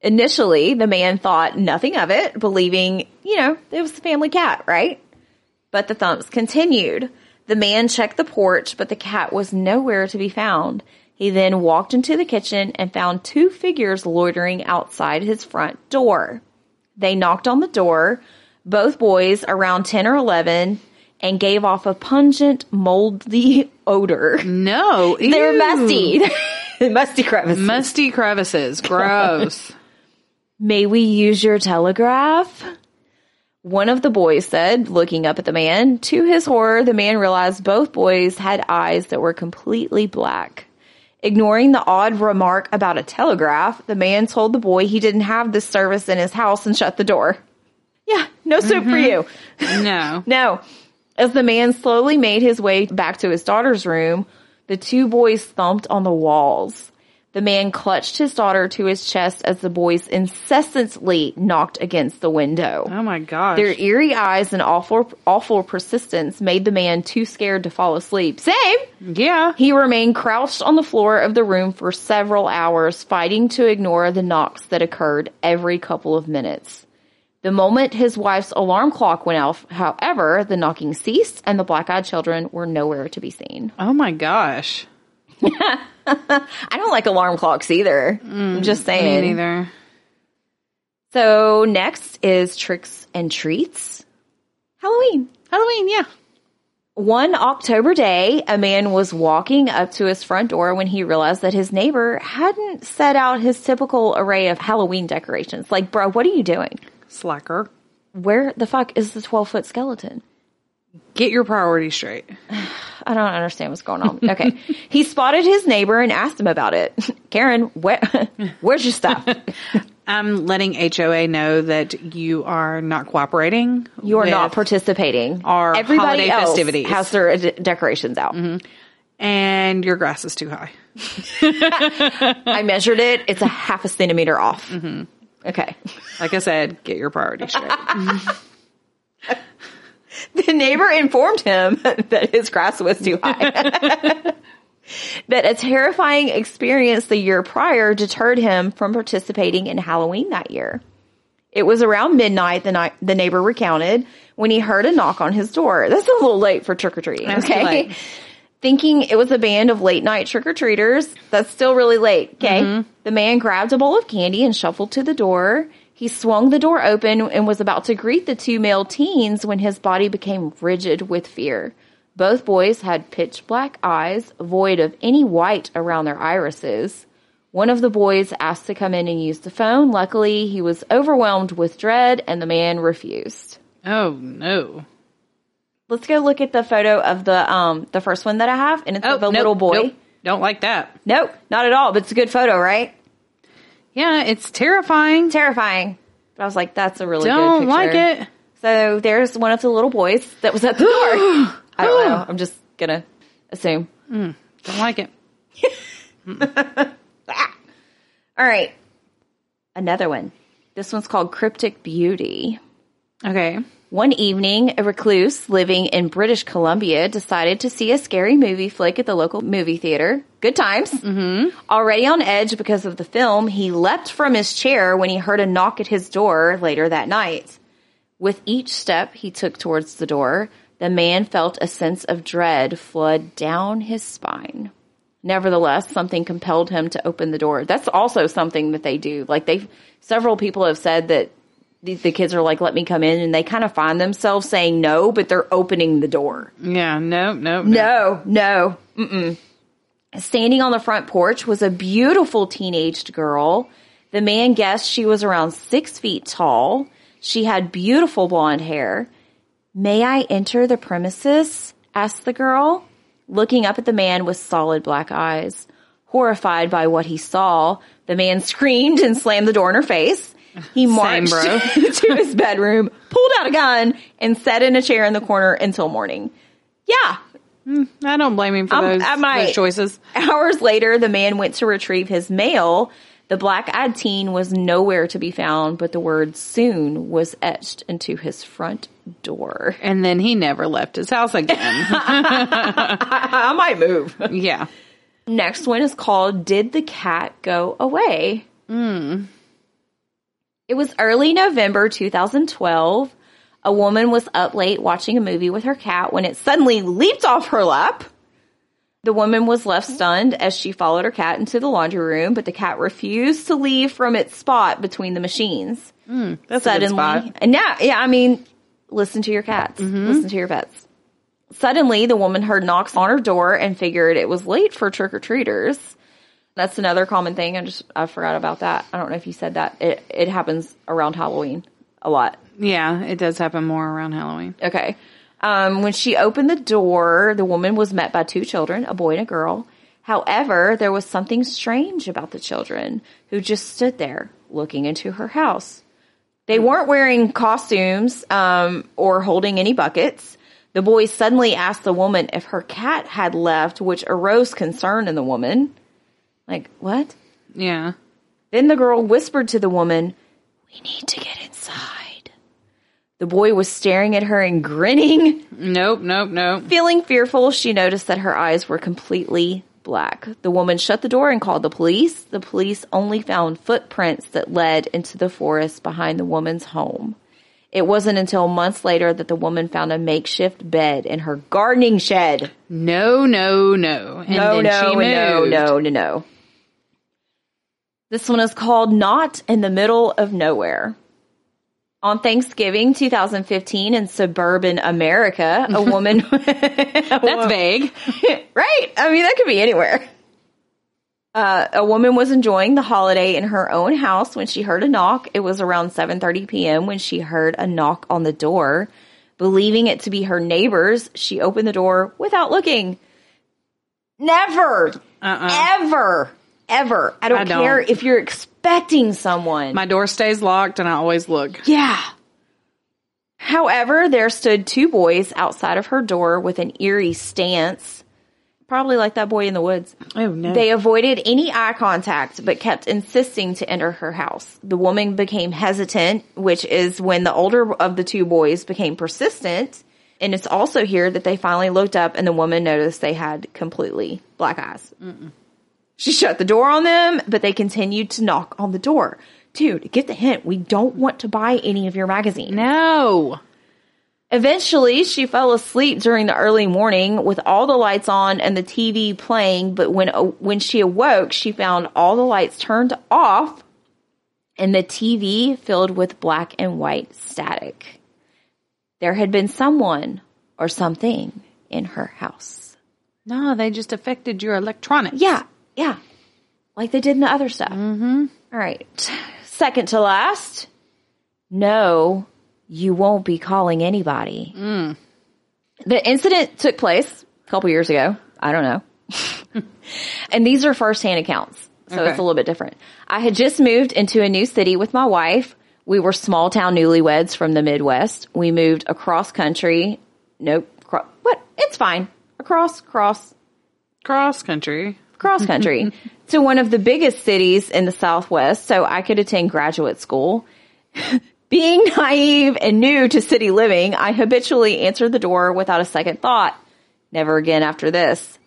B: Initially, the man thought nothing of it, believing, you know, it was the family cat, right? But the thumps continued. The man checked the porch, but the cat was nowhere to be found. He then walked into the kitchen and found two figures loitering outside his front door. They knocked on the door, both boys around 10 or 11, and gave off a pungent, moldy (laughs) odor.
A: Mm. no.
B: They were
A: ew.
B: musty. (laughs) musty crevices.
A: Musty crevices. Gross.
B: May we use your telegraph? One of the boys said, looking up at the man. To his horror, the man realized both boys had eyes that were completely black. Ignoring the odd remark about a telegraph, the man told the boy he didn't have this service in his house and shut the door. Yeah, no soup for you.
A: (laughs) no.
B: No. As the man slowly made his way back to his daughter's room, the two boys thumped on the walls. The man clutched his daughter to his chest as the boys incessantly knocked against the window.
A: Oh my gosh.
B: Their eerie eyes and awful, awful persistence made the man too scared to fall asleep. Same!
A: yeah.
B: He remained crouched on the floor of the room for several hours, fighting to ignore the knocks that occurred every couple of minutes. The moment his wife's alarm clock went off, however, the knocking ceased and the black eyed children were nowhere to be seen.
A: Oh my gosh.
B: I don't like alarm clocks either. I'm just
A: Mm, Me
B: saying.
A: neither.
B: So, next is tricks and treats. Halloween.
A: Halloween, yeah.
B: One October day, a man was walking up to his front door when he realized that his neighbor hadn't set out his typical array of Halloween decorations. Like, bro, what are you doing?
A: Slacker.
B: Where the fuck is the 12 foot skeleton?
A: Get your priorities straight.
B: I don't understand what's
A: (laughs)
B: going on. Okay. he spotted his neighbor and asked him about it. (laughs) Karen, where, (laughs) where's your stuff?
A: (laughs) I'm letting HOA know that you are not cooperating.
B: You are not
A: with-
B: participating.
A: our holiday
B: Everybody else
A: festivities. Mm-hmm.
B: has their uh, decorations out.
A: and your grass is too high.
B: I measured it. It's a half a centimeter off.
A: Mm-hmm.
B: Okay.
A: Like I said, get your priorities straight.
B: (laughs) The neighbor informed him (laughs) that his grass was too high. (laughs) that a terrifying experience the year prior deterred him from participating in Halloween that year. It was around midnight the night the neighbor recounted when he heard a knock on his door. That's a little late for trick or treating.
A: That's too
B: Okay.
A: late.
B: Thinking it was a band of late night trick or treaters. That's still really late. Okay.
A: Mm-hmm.
B: The man grabbed a bowl of candy and shuffled to the door. He swung the door open and was about to greet the two male teens when his body became rigid with fear. Both boys had pitch black eyes, void of any white around their irises. One of the boys asked to come in and use the phone. Luckily, he was overwhelmed with dread and the man refused.
A: (laughs) oh no.
B: Let's go look at the photo of the um the first one that I have and it's
A: Oh,
B: of a
A: nope,
B: little boy.
A: nope. Don't like that.
B: Nope, not at all, but it's a good photo, right?
A: Yeah, it's terrifying.
B: Terrifying. But I was like that's a really
A: Don't
B: good picture.
A: like it.
B: So there's one of the little boys that
A: (gasps)
B: was at the door. I don't know. I'm just going to assume.
A: Don't like it.
B: All right. Another one. This one's called Cryptic Beauty.
A: Okay.
B: One evening, a recluse living in British Columbia decided to see a scary movie flick at the local movie theater. Good times. Mm-hmm. Already on edge because of the film, he leapt from his chair when he heard a knock at his door later that night. With each step he took towards the door, the man felt a sense of dread flood down his spine. Nevertheless, something compelled him to open the door. That's also something that they do. Like they've several people have said that the, the kids are like, "Let me come in," and they kind of find themselves saying no, but they're opening the door.
A: Yeah, no, no, no.
B: No, no. Mm-mm. Standing on the front porch was a beautiful teenaged girl. The man guessed she was around six feet tall. She had beautiful blonde hair. May I enter the premises? asked the girl, looking up at the man with solid black eyes. Horrified by what he saw, the man (laughs) screamed and slammed the door in her face. He marched
A: bro.
B: (laughs) to his bedroom, pulled out a gun, and sat in a chair in the corner until morning. Yeah,
A: I don't blame him for those,
B: I might.
A: those choices.
B: Hours later, the man went to retrieve his mail. The black eyed teen was nowhere to be found, but the word soon was etched into his front door.
A: And then he never left his house (laughs) again.
B: I might move.
A: yeah.
B: Next one is called Did the Cat Go Away? It was early November 2012. A woman was up late watching a movie with her cat when it suddenly leaped off her lap. The woman was left stunned as she followed her cat into the laundry room, but the cat refused to leave from its spot between the machines.
A: That's a good
B: Suddenly,
A: spot. Mm-hmm.
B: and now, yeah, I mean, listen to your cats, listen to your pets. Suddenly, the woman heard knocks on her door and figured it was late for trick or treaters. That's another common thing. I just I forgot about that. I don't know if you said that. It it happens around Halloween a lot.
A: Yeah, it does happen more around Halloween.
B: Okay. Um, when she opened the door, the woman was met by two children, a boy and a girl. However, there was something strange about the children who just stood there looking into her house. They weren't wearing costumes um, or holding any buckets. The boy suddenly asked the woman if her cat had left, which arose concern in the woman. Like, what?
A: Yeah.
B: Then the girl whispered to the woman, We need to get inside. The boy was staring at her and grinning.
A: Nope, nope, nope.
B: Feeling fearful, she noticed that her eyes were completely black. The woman shut the door and called the police. The police only found footprints that led into the forest behind the woman's home. It wasn't until months later that the woman found a makeshift bed in her gardening shed.
A: No, no, no. And
B: No,
A: then
B: no,
A: she
B: no,
A: moved.
B: no, no, no. This one is called Not in the Middle of Nowhere. On Thanksgiving 2015 in suburban America,
A: (laughs)
B: a woman. (laughs)
A: That's vague.
B: right? I mean, that could be anywhere. Uh, a woman was enjoying the holiday in her own house when she heard a knock. It was around 7:30 p.m. when she heard a knock on the door. Believing it to be her neighbors, she opened the door without looking. Never, ever, ever. Uh-uh. I don't
A: I don't.
B: care if you're expecting someone.
A: My door stays locked and I always look.
B: Yeah. However, there stood two boys outside of her door with an eerie stance. probably like that boy in the woods.
A: Oh no.
B: They avoided any eye contact, but kept insisting to enter her house. The woman became hesitant, which is when the older of the two boys became persistent. And it's also here that they finally looked up and the woman noticed they had completely black eyes. She shut the door on them, but they continued to knock on the door. Dude, get the hint. We don't want to buy any of your magazines.
A: no.
B: Eventually, she fell asleep during the early morning with all the lights on and the TV playing, but when uh, when she awoke, she found all the lights turned off and the TV filled with black and white static. There had been someone or something in her house.
A: No, they just affected your electronics.
B: Yeah, yeah. Like they did in the other stuff. Mm-hmm. right. Second to last. No, you won't be calling anybody. The incident took place a couple years ago. I don't know. (laughs) and these are firsthand accounts. So
A: Okay.
B: it's a little bit different. I had just moved into a new city with my wife. We were small town newlyweds from the Midwest. We moved across country. Nope. Cro- what? It's fine. Across, cross,
A: Cross country.
B: cross country to one of the biggest cities in the Southwest so I could attend graduate school. (laughs) Being naive and new to city living, I habitually answered the door without a second thought. Never again after this.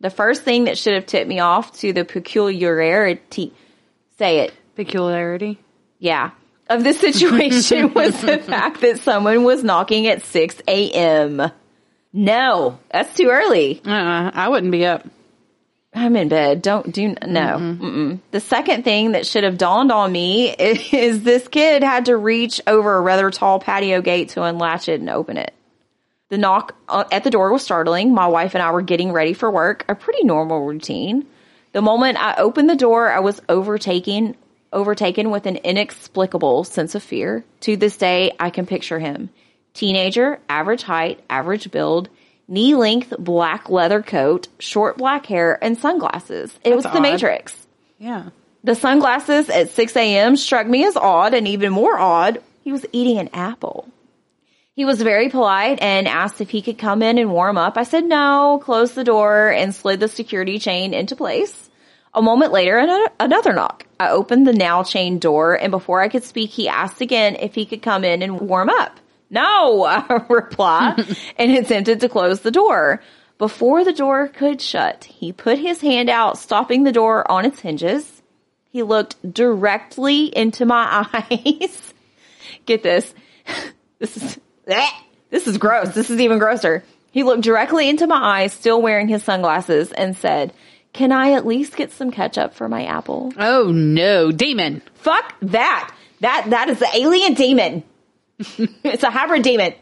B: The first thing that should have tipped me off to the peculiarity, say it,
A: Peculiarity.
B: yeah, of this situation was the fact that someone was knocking at 6 a.m. No, that's too early.
A: Uh, I wouldn't be up.
B: I'm in bed. Don't do no. Mm-mm. The second thing that should have dawned on me (laughs) is this kid had to reach over a rather tall patio gate to unlatch it and open it. The knock uh, at the door was startling. My wife and I were getting ready for work, a pretty normal routine. The moment I opened the door, I was overtaken overtaken with an inexplicable sense of fear. To this day, I can picture him. Teenager, average height, average build, knee-length black leather coat, short black hair, and sunglasses. It was the
A: odd.
B: Matrix.
A: Yeah.
B: The sunglasses at 6 a.m. struck me as odd, and even more odd, he was eating an apple. He was very polite and asked if he could come in and warm up. I said no, closed the door, and slid the security chain into place. A moment later, another, another knock. I opened the now chain door, and before I could speak, he asked again if he could come in and warm up. No, (laughs) I replied, and attempted to close the door. Before the door could shut, he put his hand out, stopping the door on its hinges. He looked directly into my (laughs) eyes. Get this. This is bleh. this is gross. This is even grosser. He looked directly into my eyes, still wearing his sunglasses, and said, "Can I at least get some ketchup for my apple?"
A: Oh no, demon.
B: Fuck that. That that is the alien demon. (laughs) it's a hybrid demon.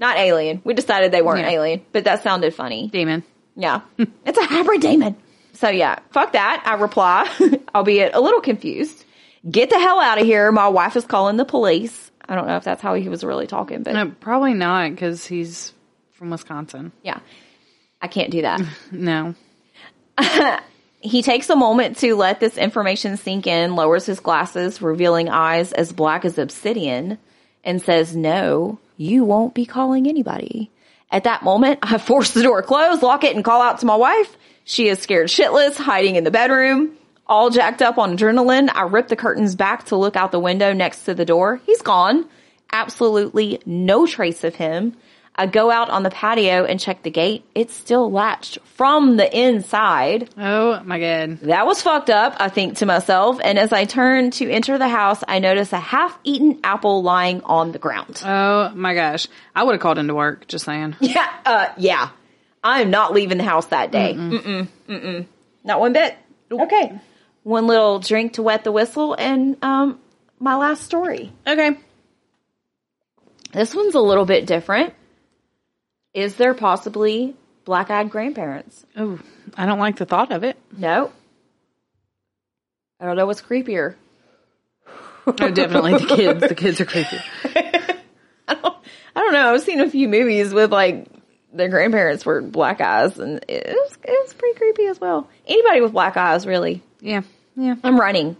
B: Not alien. We decided they weren't
A: Yeah.
B: alien, but that sounded funny.
A: Demon.
B: Yeah. (laughs) it's a hybrid demon. So yeah, fuck that. I reply, (laughs) albeit a little confused. Get the hell out of here. My wife is calling the police. I don't know if that's how he was really talking, but
A: No, probably not because he's from Wisconsin.
B: yeah. I can't do that.
A: No.
B: He takes a moment to let this information sink in, lowers his glasses, revealing eyes as black as obsidian, and says, No, you won't be calling anybody. At that moment, I (laughs) force the door closed, lock it, and call out to my wife. She is scared shitless, hiding in the bedroom. All jacked up on adrenaline, I rip the curtains back to look out the window next to the door. He's gone. Absolutely no trace of him. I go out on the patio and check the gate. It's still latched from the inside.
A: Oh my god.
B: That was fucked up, I think to myself. And as I turned to enter the house, I noticed a half eaten apple lying on the ground.
A: Oh my gosh. I would have called into work. Just saying.
B: (laughs) Yeah, uh, yeah. I am not leaving the house that day. Mm-mm, mm-mm. Not one bit. Okay. One little drink to wet the whistle and, um, my last story.
A: (laughs) Okay.
B: This one's a little bit different. Is there possibly black eyed grandparents?
A: Oh, I don't like the thought of it.
B: No. I don't know what's creepier.
A: Oh, definitely the kids. The kids are creepy.
B: I don't know. I've seen a few movies with like their grandparents were black eyes, and it was, it was pretty creepy as well. Anybody with black eyes, really.
A: Yeah. Yeah.
B: I'm running.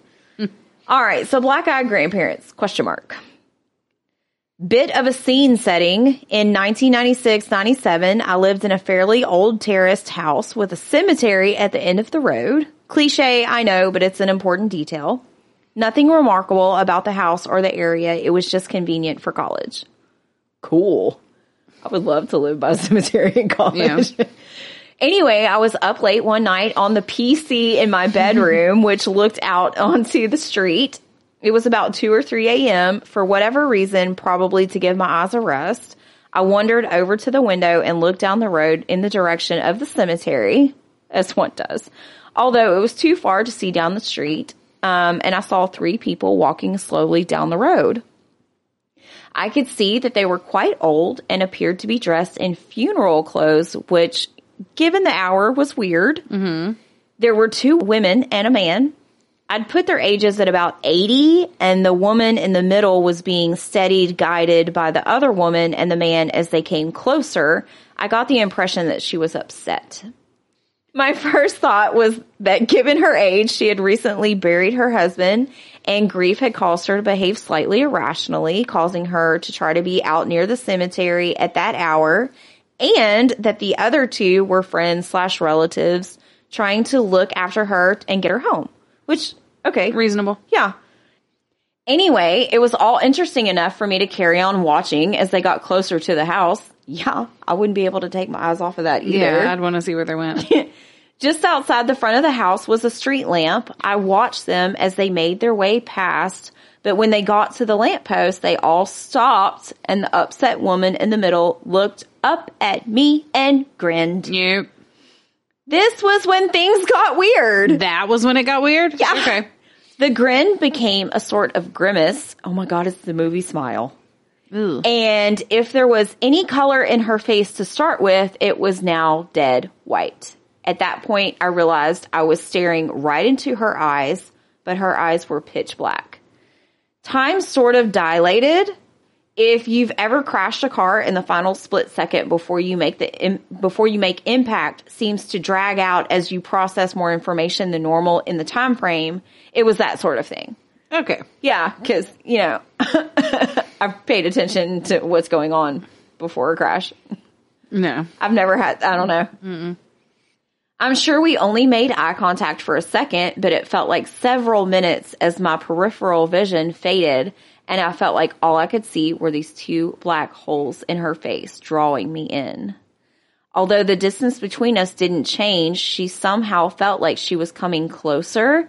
B: All right, so black eyed grandparents? Question mark. Bit of a scene setting. In 1996 97, I lived in a fairly old terraced house with a cemetery at the end of the road. Cliche, I know, but it's an important detail. Nothing remarkable about the house or the area. It was just convenient for college. Cool. I would love to live by a (laughs) cemetery in college. Anyway, I was up late one night on the PC in my bedroom, which looked out onto the street. It was about 2 or 3 a.m. For whatever reason, probably to give my eyes a rest, I wandered over to the window and looked down the road in the direction of the cemetery, as one does. Although it was too far to see down the street, um, and I saw three people walking slowly down the road. I could see that they were quite old and appeared to be dressed in funeral clothes, which, given the hour, was weird. Mm-hmm. There were two women and a man. I'd put their ages at about 80, and the woman in the middle was being steadied, guided by the other woman and the man as they came closer. I got the impression that she was upset. My (laughs) first thought was that given her age, she had recently buried her husband and grief had caused her to behave slightly irrationally, causing her to try to be out near the cemetery at that hour and that the other two were friends slash relatives trying to look after her and get her home, which, okay,
A: Reasonable.
B: yeah. Anyway, it was all interesting enough for me to carry on watching as they got closer to the house. Yeah, I wouldn't be able to take my eyes off of that either.
A: Yeah, I'd want to see where they (laughs) went.
B: Just outside the front of the house was a street lamp. I watched them as they made their way past, but when they got to the lamppost, they all stopped and the upset woman in the middle looked up at me and grinned.
A: Yep.
B: This was when things got weird.
A: That was when it got weird?
B: Yeah.
A: Okay.
B: The grin became a sort of grimace. Oh my God, it's the movie smile.
A: Ooh.
B: And if there was any color in her face to start with, it was now dead white. At that point, I realized I was staring right into her eyes, but her eyes were pitch black. Time sort of dilated. If you've ever crashed a car in the final split second before you make the im- before you make impact seems to drag out as you process more information than normal in the time frame, it was that sort of thing.
A: Okay.
B: Yeah, because you know (laughs) I've paid attention to what's going on before a crash.
A: No.
B: I've never had. I don't know. I'm sure we only made eye contact for a second, but it felt like several minutes as my peripheral vision faded, and I felt like all I could see were these two black holes in her face, drawing me in. Although the distance between us didn't change, she somehow felt like she was coming closer.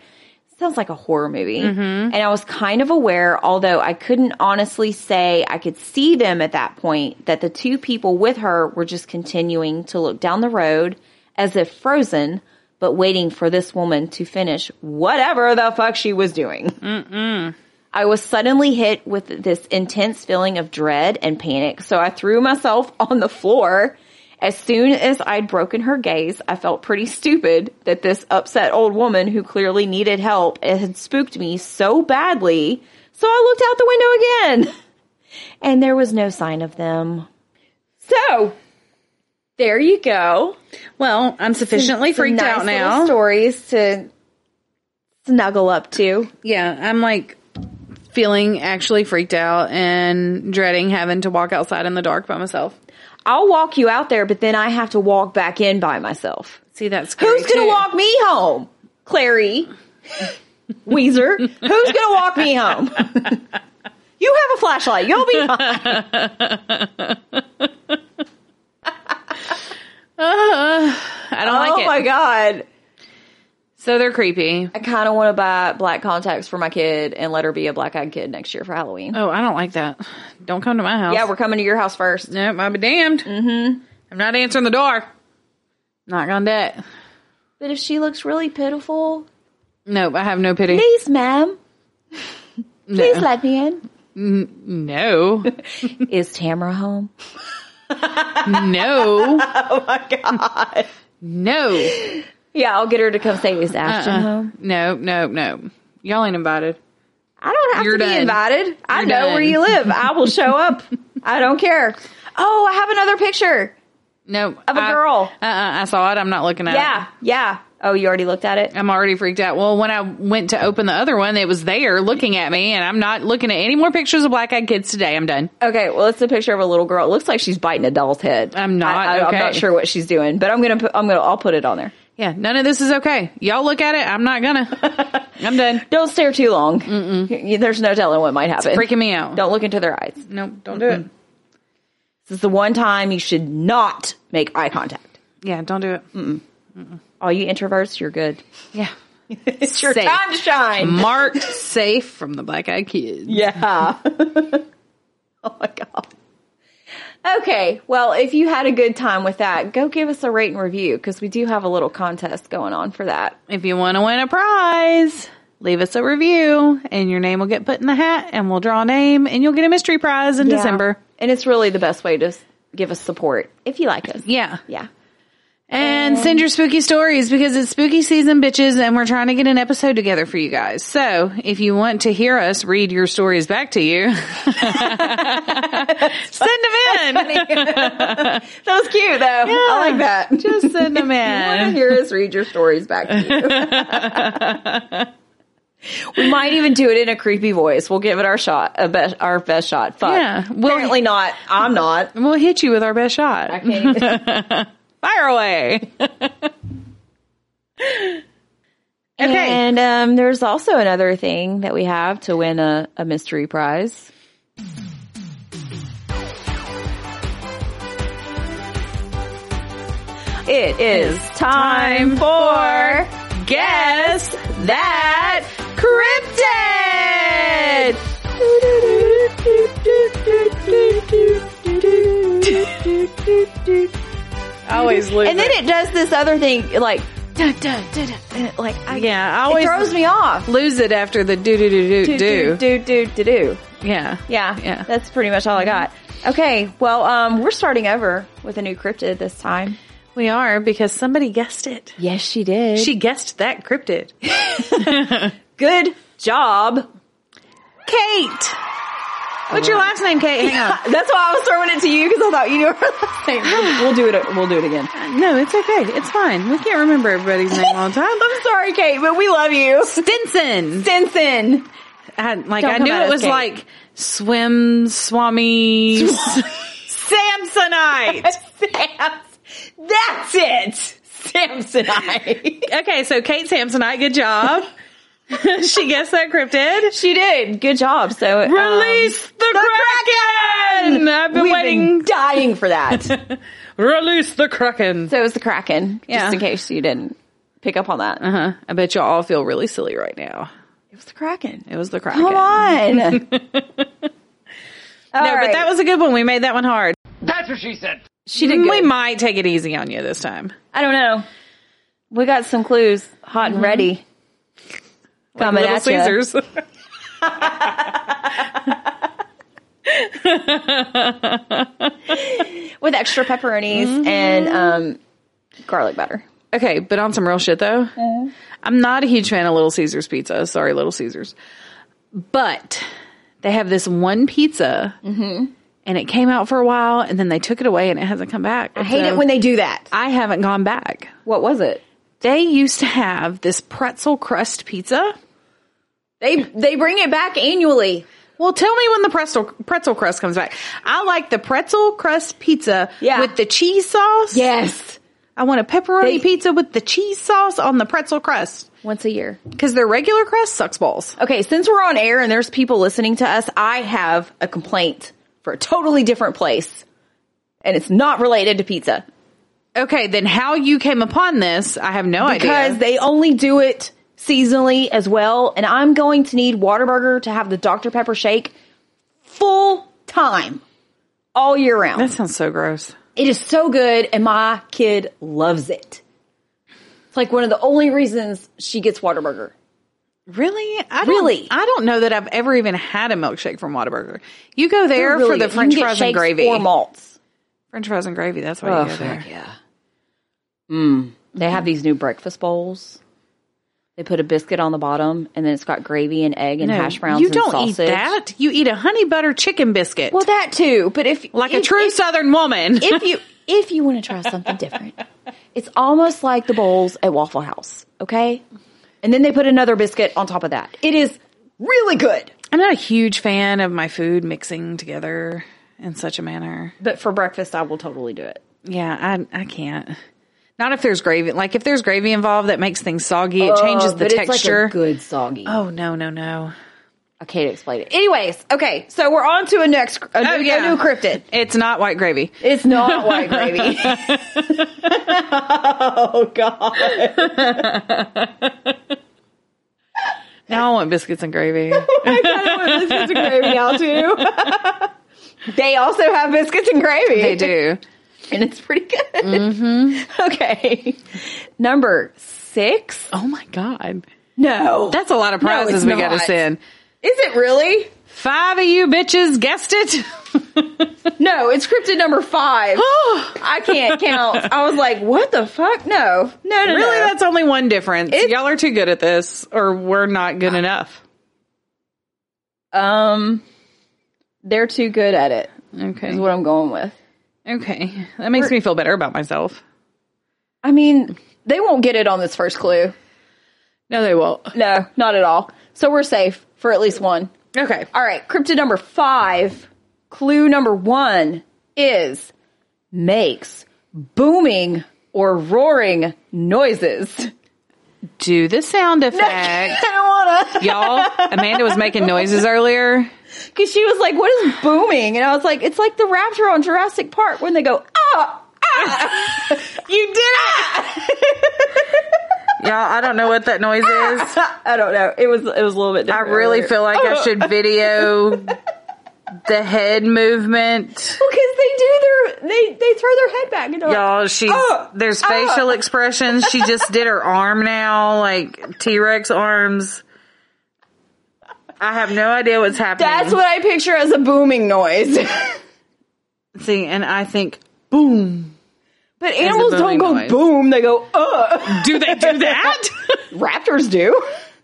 B: Sounds like a horror movie. And I was kind of aware, although I couldn't honestly say I could see them at that point, that the two people with her were just continuing to look down the road as if frozen, but waiting for this woman to finish whatever the fuck she was doing. I was suddenly hit with this intense feeling of dread and panic, so I threw myself (laughs) on the floor. As soon as I'd broken her gaze, I felt pretty stupid that this upset old woman who clearly needed help it had spooked me so badly, so I looked out the window again. (laughs) And there was no sign of them. So, there you go.
A: Well, I'm sufficiently
B: Some
A: freaked
B: nice
A: out
B: little
A: now.
B: Stories to snuggle up to.
A: Yeah, I'm like feeling actually freaked out and dreading having to walk outside in the dark by myself.
B: I'll walk you out there, but then I have to walk back in by myself.
A: See, that's scary,
B: Who's going
A: too.
B: to walk me home? (laughs) Clary. Weezer. Who's going to walk me (laughs) home? you have a flashlight. You'll (laughs) be fine.
A: Uh, I don't
B: oh
A: like it.
B: my God.
A: so they're creepy.
B: I kind of want to buy black contacts for my kid and let her be a black eyed kid next year for Halloween.
A: Oh, I don't like that. Don't come to my house.
B: Yeah, we're coming to your house first.
A: Nope, I'll be damned. Mm-hmm. I'm not answering the door. Knock on that.
B: But if she looks really pitiful,
A: Nope, I have no pity.
B: please, (laughs) ma'am, please
A: No.
B: let me in.
A: No.
B: Is Tamara home? (laughs)
A: No. oh my god. No. Uh-uh.
B: Yeah, I'll get her to come say, is Ashton home?
A: No, no, no. Y'all ain't invited.
B: I don't have
A: You're
B: to
A: done.
B: be invited. I
A: You're
B: know
A: done. (laughs)
B: where you live. I will show up. I don't care. Oh, I have another picture.
A: No,
B: Of a
A: I-
B: girl.
A: Uh, uh I saw it. I'm not looking at it.
B: Yeah, yeah. Oh, you already looked at it.
A: I'm already freaked out. Well, when I went to open the other one, it was there looking at me, and I'm not looking at any more pictures of black eyed kids today. I'm done.
B: Okay, well, it's a picture of a little girl. It looks like she's biting a doll's head.
A: I'm not,
B: I, I,
A: okay.
B: am not sure what she's doing, but I'm gonna. Put, I'm gonna. I'll put it on there.
A: Yeah, none of this is okay. Y'all look at it. I'm not
B: (laughs)
A: gonna. I'm done.
B: Don't stare too long. Mm-mm. There's no telling what might happen.
A: Freaking me out.
B: Don't look into their eyes.
A: Nope, don't do it.
B: This is the one time you should not make eye contact.
A: Yeah, don't do it.
B: All you introverts, you're good.
A: Mm. Yeah.
B: It's your
A: Safe.
B: time to shine.
A: Marked safe from the black eyed kids.
B: Yeah. (laughs) oh my god. Okay, well, if you had a good time with that, go give us a rate and review because we do have a little contest going on for that.
A: If you want to win a prize, leave us a review and your name will get put in the hat and we'll draw a name and you'll get a mystery prize in
B: Yeah.
A: December.
B: And it's really the best way to s- give us support if you like us.
A: Yeah.
B: Yeah. (laughs)
A: And send your spooky stories because it's spooky season, bitches, and we're trying to get an episode together for you guys. So if you want to hear us read your stories back to you, (laughs) send them in.
B: That was cute though. I like that.
A: (laughs) Just send them
B: (laughs) I want to
A: in.
B: hear us read your stories back to you. (laughs) we might even do it in a creepy voice. We'll give it our shot, a best, our best shot. Fuck.
A: Yeah. Well-
B: Apparently not. I'm (laughs) not.
A: We'll hit you with our best shot.
B: I can't even-
A: Fire (laughs) away. okay.
B: And um, there's also another thing that we have to win a, a mystery prize. It is time for
A: Guess
B: that
A: cryptid. Always lose.
B: And then it does this other thing, like, like I,
A: yeah, I
B: it
A: always
B: throws me off.
A: lose it after the do do do do do.
B: do, do, do, do.
A: Yeah,
B: Yeah,
A: Yeah.
B: That's pretty much all I got. Okay, well, um, we're starting over with a new cryptid this time.
A: we are because somebody guessed it.
B: Yes, she did.
A: She guessed that cryptid.
B: good job.
A: Kate. What's your last name, Kate? Hang on.
B: That's why I was throwing it to you because I thought you knew her last name. (sighs) We'll, we'll do it. We'll do it again.
A: (laughs) No, it's okay. It's fine. We can't remember everybody's name all the time.
B: I'm sorry, Kate, but we love
A: (laughs)
B: you.
A: Stinson.
B: Stinson.
A: I, like
B: Don't
A: I
B: come
A: knew
B: at
A: it
B: us,
A: was
B: Kate.
A: like swim swami
B: (laughs)
A: Samsonite.
B: That's it. Samsonite.
A: (laughs) okay, so Kate Samsonite, good job. (laughs) she guessed that cryptid.
B: she did. (laughs) Good job. So um,
A: Release the, Kraken! I've been
B: we've
A: waiting.
B: been dying for (laughs) that. so
A: Release the Kraken.
B: it was the Kraken.
A: Yeah.
B: Just in case you didn't pick up on that.
A: Uh-huh. I bet y'all all feel really silly right now.
B: It was the Kraken.
A: It was the Kraken.
B: Come on. (laughs) no,
A: No, but that was a good one. We made that one hard.
C: That's what she said.
B: she did.
A: We
B: Good.
A: might take it easy on you this time.
B: Mm, I don't know. We got some clues, hot and ready, coming
A: Little
B: at you.
A: Caesars. (laughs)
B: with extra pepperonis and um, garlic butter.
A: Okay, but on some real shit though, I'm not a huge fan of Little Caesars pizza. Sorry, Little Caesars, but they have this one pizza,
B: Mm-hmm.
A: and it came out for a while, and then they took it away, and it hasn't come back.
B: I hate it when they do that.
A: I haven't gone back.
B: What was it?
A: They used to have this pretzel crust pizza.
B: They they bring it back annually.
A: Well, tell me when the pretzel pretzel crust comes back. I like the pretzel crust pizza
B: Yeah.
A: with the cheese sauce.
B: Yes,
A: I want a pepperoni
B: They-
A: pizza with the cheese sauce on the pretzel crust
B: once a year.
A: because their regular crust sucks balls.
B: Okay, since we're on air and there's people listening to us, I have a complaint for a totally different place, and it's not related to pizza
A: Okay, then how you came upon this, I have no
B: because
A: idea.
B: they only do it seasonally as well. And I'm going to need Waterburger to have the Dr Pepper shake full time, all year round.
A: That sounds so gross.
B: It is so good, and my kid loves it. It's like one of the only reasons she gets Waterburger.
A: Really? I don't,
B: Really?
A: I don't know that I've ever even had a milkshake from Whataburger. You go there for the French fries and gravy. Oh,
B: or malts.
A: French fries and gravy, that's why you go there.
B: yeah. Mm. They have these new breakfast bowls. They put a biscuit on the bottom, and then it's got gravy and egg and
A: No,
B: hash browns.
A: you
B: and
A: don't
B: sausage.
A: eat that. You eat a honey butter chicken biscuit.
B: Well, that too. But if
A: like a
B: if-
A: true (laughs)
B: if,
A: Southern woman.
B: if you if you want to try something different. It's almost like the bowls at Waffle House, okay? And then they put another biscuit on top of that. It is really good.
A: I'm not a huge fan of my food mixing together in such a manner.
B: But for breakfast, I will totally do it.
A: Yeah, I I can't. Not if there's gravy. Like if there's gravy involved, that makes things soggy. It changes the
B: but it's like
A: texture.
B: a good soggy.
A: oh no, no, no!
B: I can't explain it. Anyways, okay, so we're on to a next a new,
A: Oh, yeah.
B: a new cryptid.
A: It's not white gravy.
B: It's not white (laughs) gravy. oh god.
A: Now I want biscuits and (laughs) gravy.
B: Biscuits and gravy now too. (laughs) they also have biscuits and gravy.
A: they do.
B: (laughs) And it's pretty good.
A: Mm-hmm.
B: (laughs) Okay. Number six?
A: Oh my god,
B: No.
A: that's a lot of
B: No,
A: prizes
B: it's
A: we got to
B: not.
A: send.
B: Is it really?
A: Five of you bitches guessed (laughs) it.
B: No, it's cryptid number five.
A: Oh,
B: I can't count. I was like, what the fuck? No. No, no.
A: really,
B: no.
A: that's only one difference.
B: It's-
A: Y'all are too good at this, or we're not good enough.
B: um they're too good at it, is
A: Okay.
B: what I'm going with.
A: Okay. That makes me feel better about myself.
B: I mean, they won't get it on this first clue.
A: No, they won't.
B: No, not at all. So we're safe for at least one.
A: Okay.
B: All right, cryptid number five. Clue number one is makes booming or roaring noises.
A: Do the (laughs) sound effect.
B: (laughs) I don't wanna,
A: Y'all, Amanda was making noises earlier.
B: because she was like, "What is booming?" And I was like, "It's like the raptor on Jurassic Park when they go ah."
A: You did it! Y'all, I don't know what that noise is.
B: (laughs) I don't know. It was it was a little bit.
A: I
B: Different
A: really feel like I should video the head movement.
B: because they do their Oh, they they throw their head back and they're like,
A: Y'all, she's there's facial expressions. She just did her arm now, like T Rex arms. I have no idea what's happening.
B: That's what I picture as a booming noise. (laughs)
A: See, and I think, boom.
B: but animals don't
A: booming
B: go
A: noise.
B: boom; they go uh.
A: Do they (laughs) do that?
B: (laughs) Raptors do.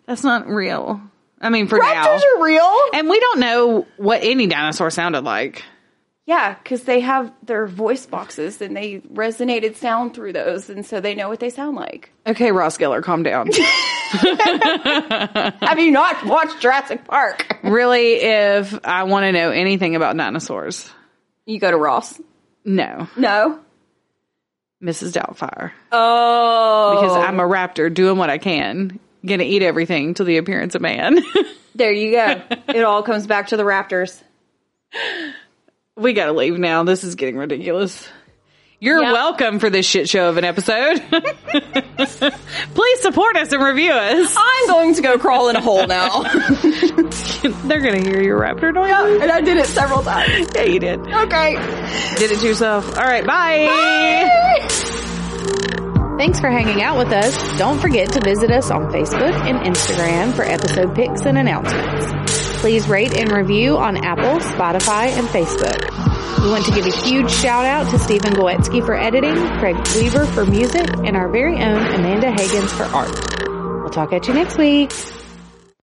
A: That's not real. I mean, for now.
B: Raptors are real.
A: And we don't know what any dinosaur sounded like.
B: Yeah, because they have their voice boxes and they resonated sound through those, and so they know what they sound like.
A: Okay, Ross Geller, calm down.
B: Have you not watched Jurassic Park?
A: really, if I want to know anything about dinosaurs,
B: You go to Ross.
A: no,
B: No.
A: Mrs. Doubtfire,
B: Oh,
A: because I'm a raptor doing what I can, gonna eat everything to the appearance of man. (laughs)
B: there you (laughs) go. It all comes back to the Raptors.
A: we gotta leave now. This is getting ridiculous. You're
B: Yeah.
A: welcome for this shit show of an episode. (laughs) Please support us and review us.
B: I'm going to go crawl in a hole now,
A: (laughs)
B: (laughs)
A: They're gonna hear your raptor noise.
B: and I did it several times.
A: Yeah, you did.
B: Okay.
A: Did it to yourself. All right, bye.
C: Thanks for hanging out with us. Don't forget to visit us on Facebook and Instagram for episode picks and announcements. Please rate and review on Apple, Spotify, and Facebook. We want to give a huge shout out to Stephen Goetsky for editing, Craig Weaver for music, and our very own Amanda Higgins for art. We'll talk at you next week.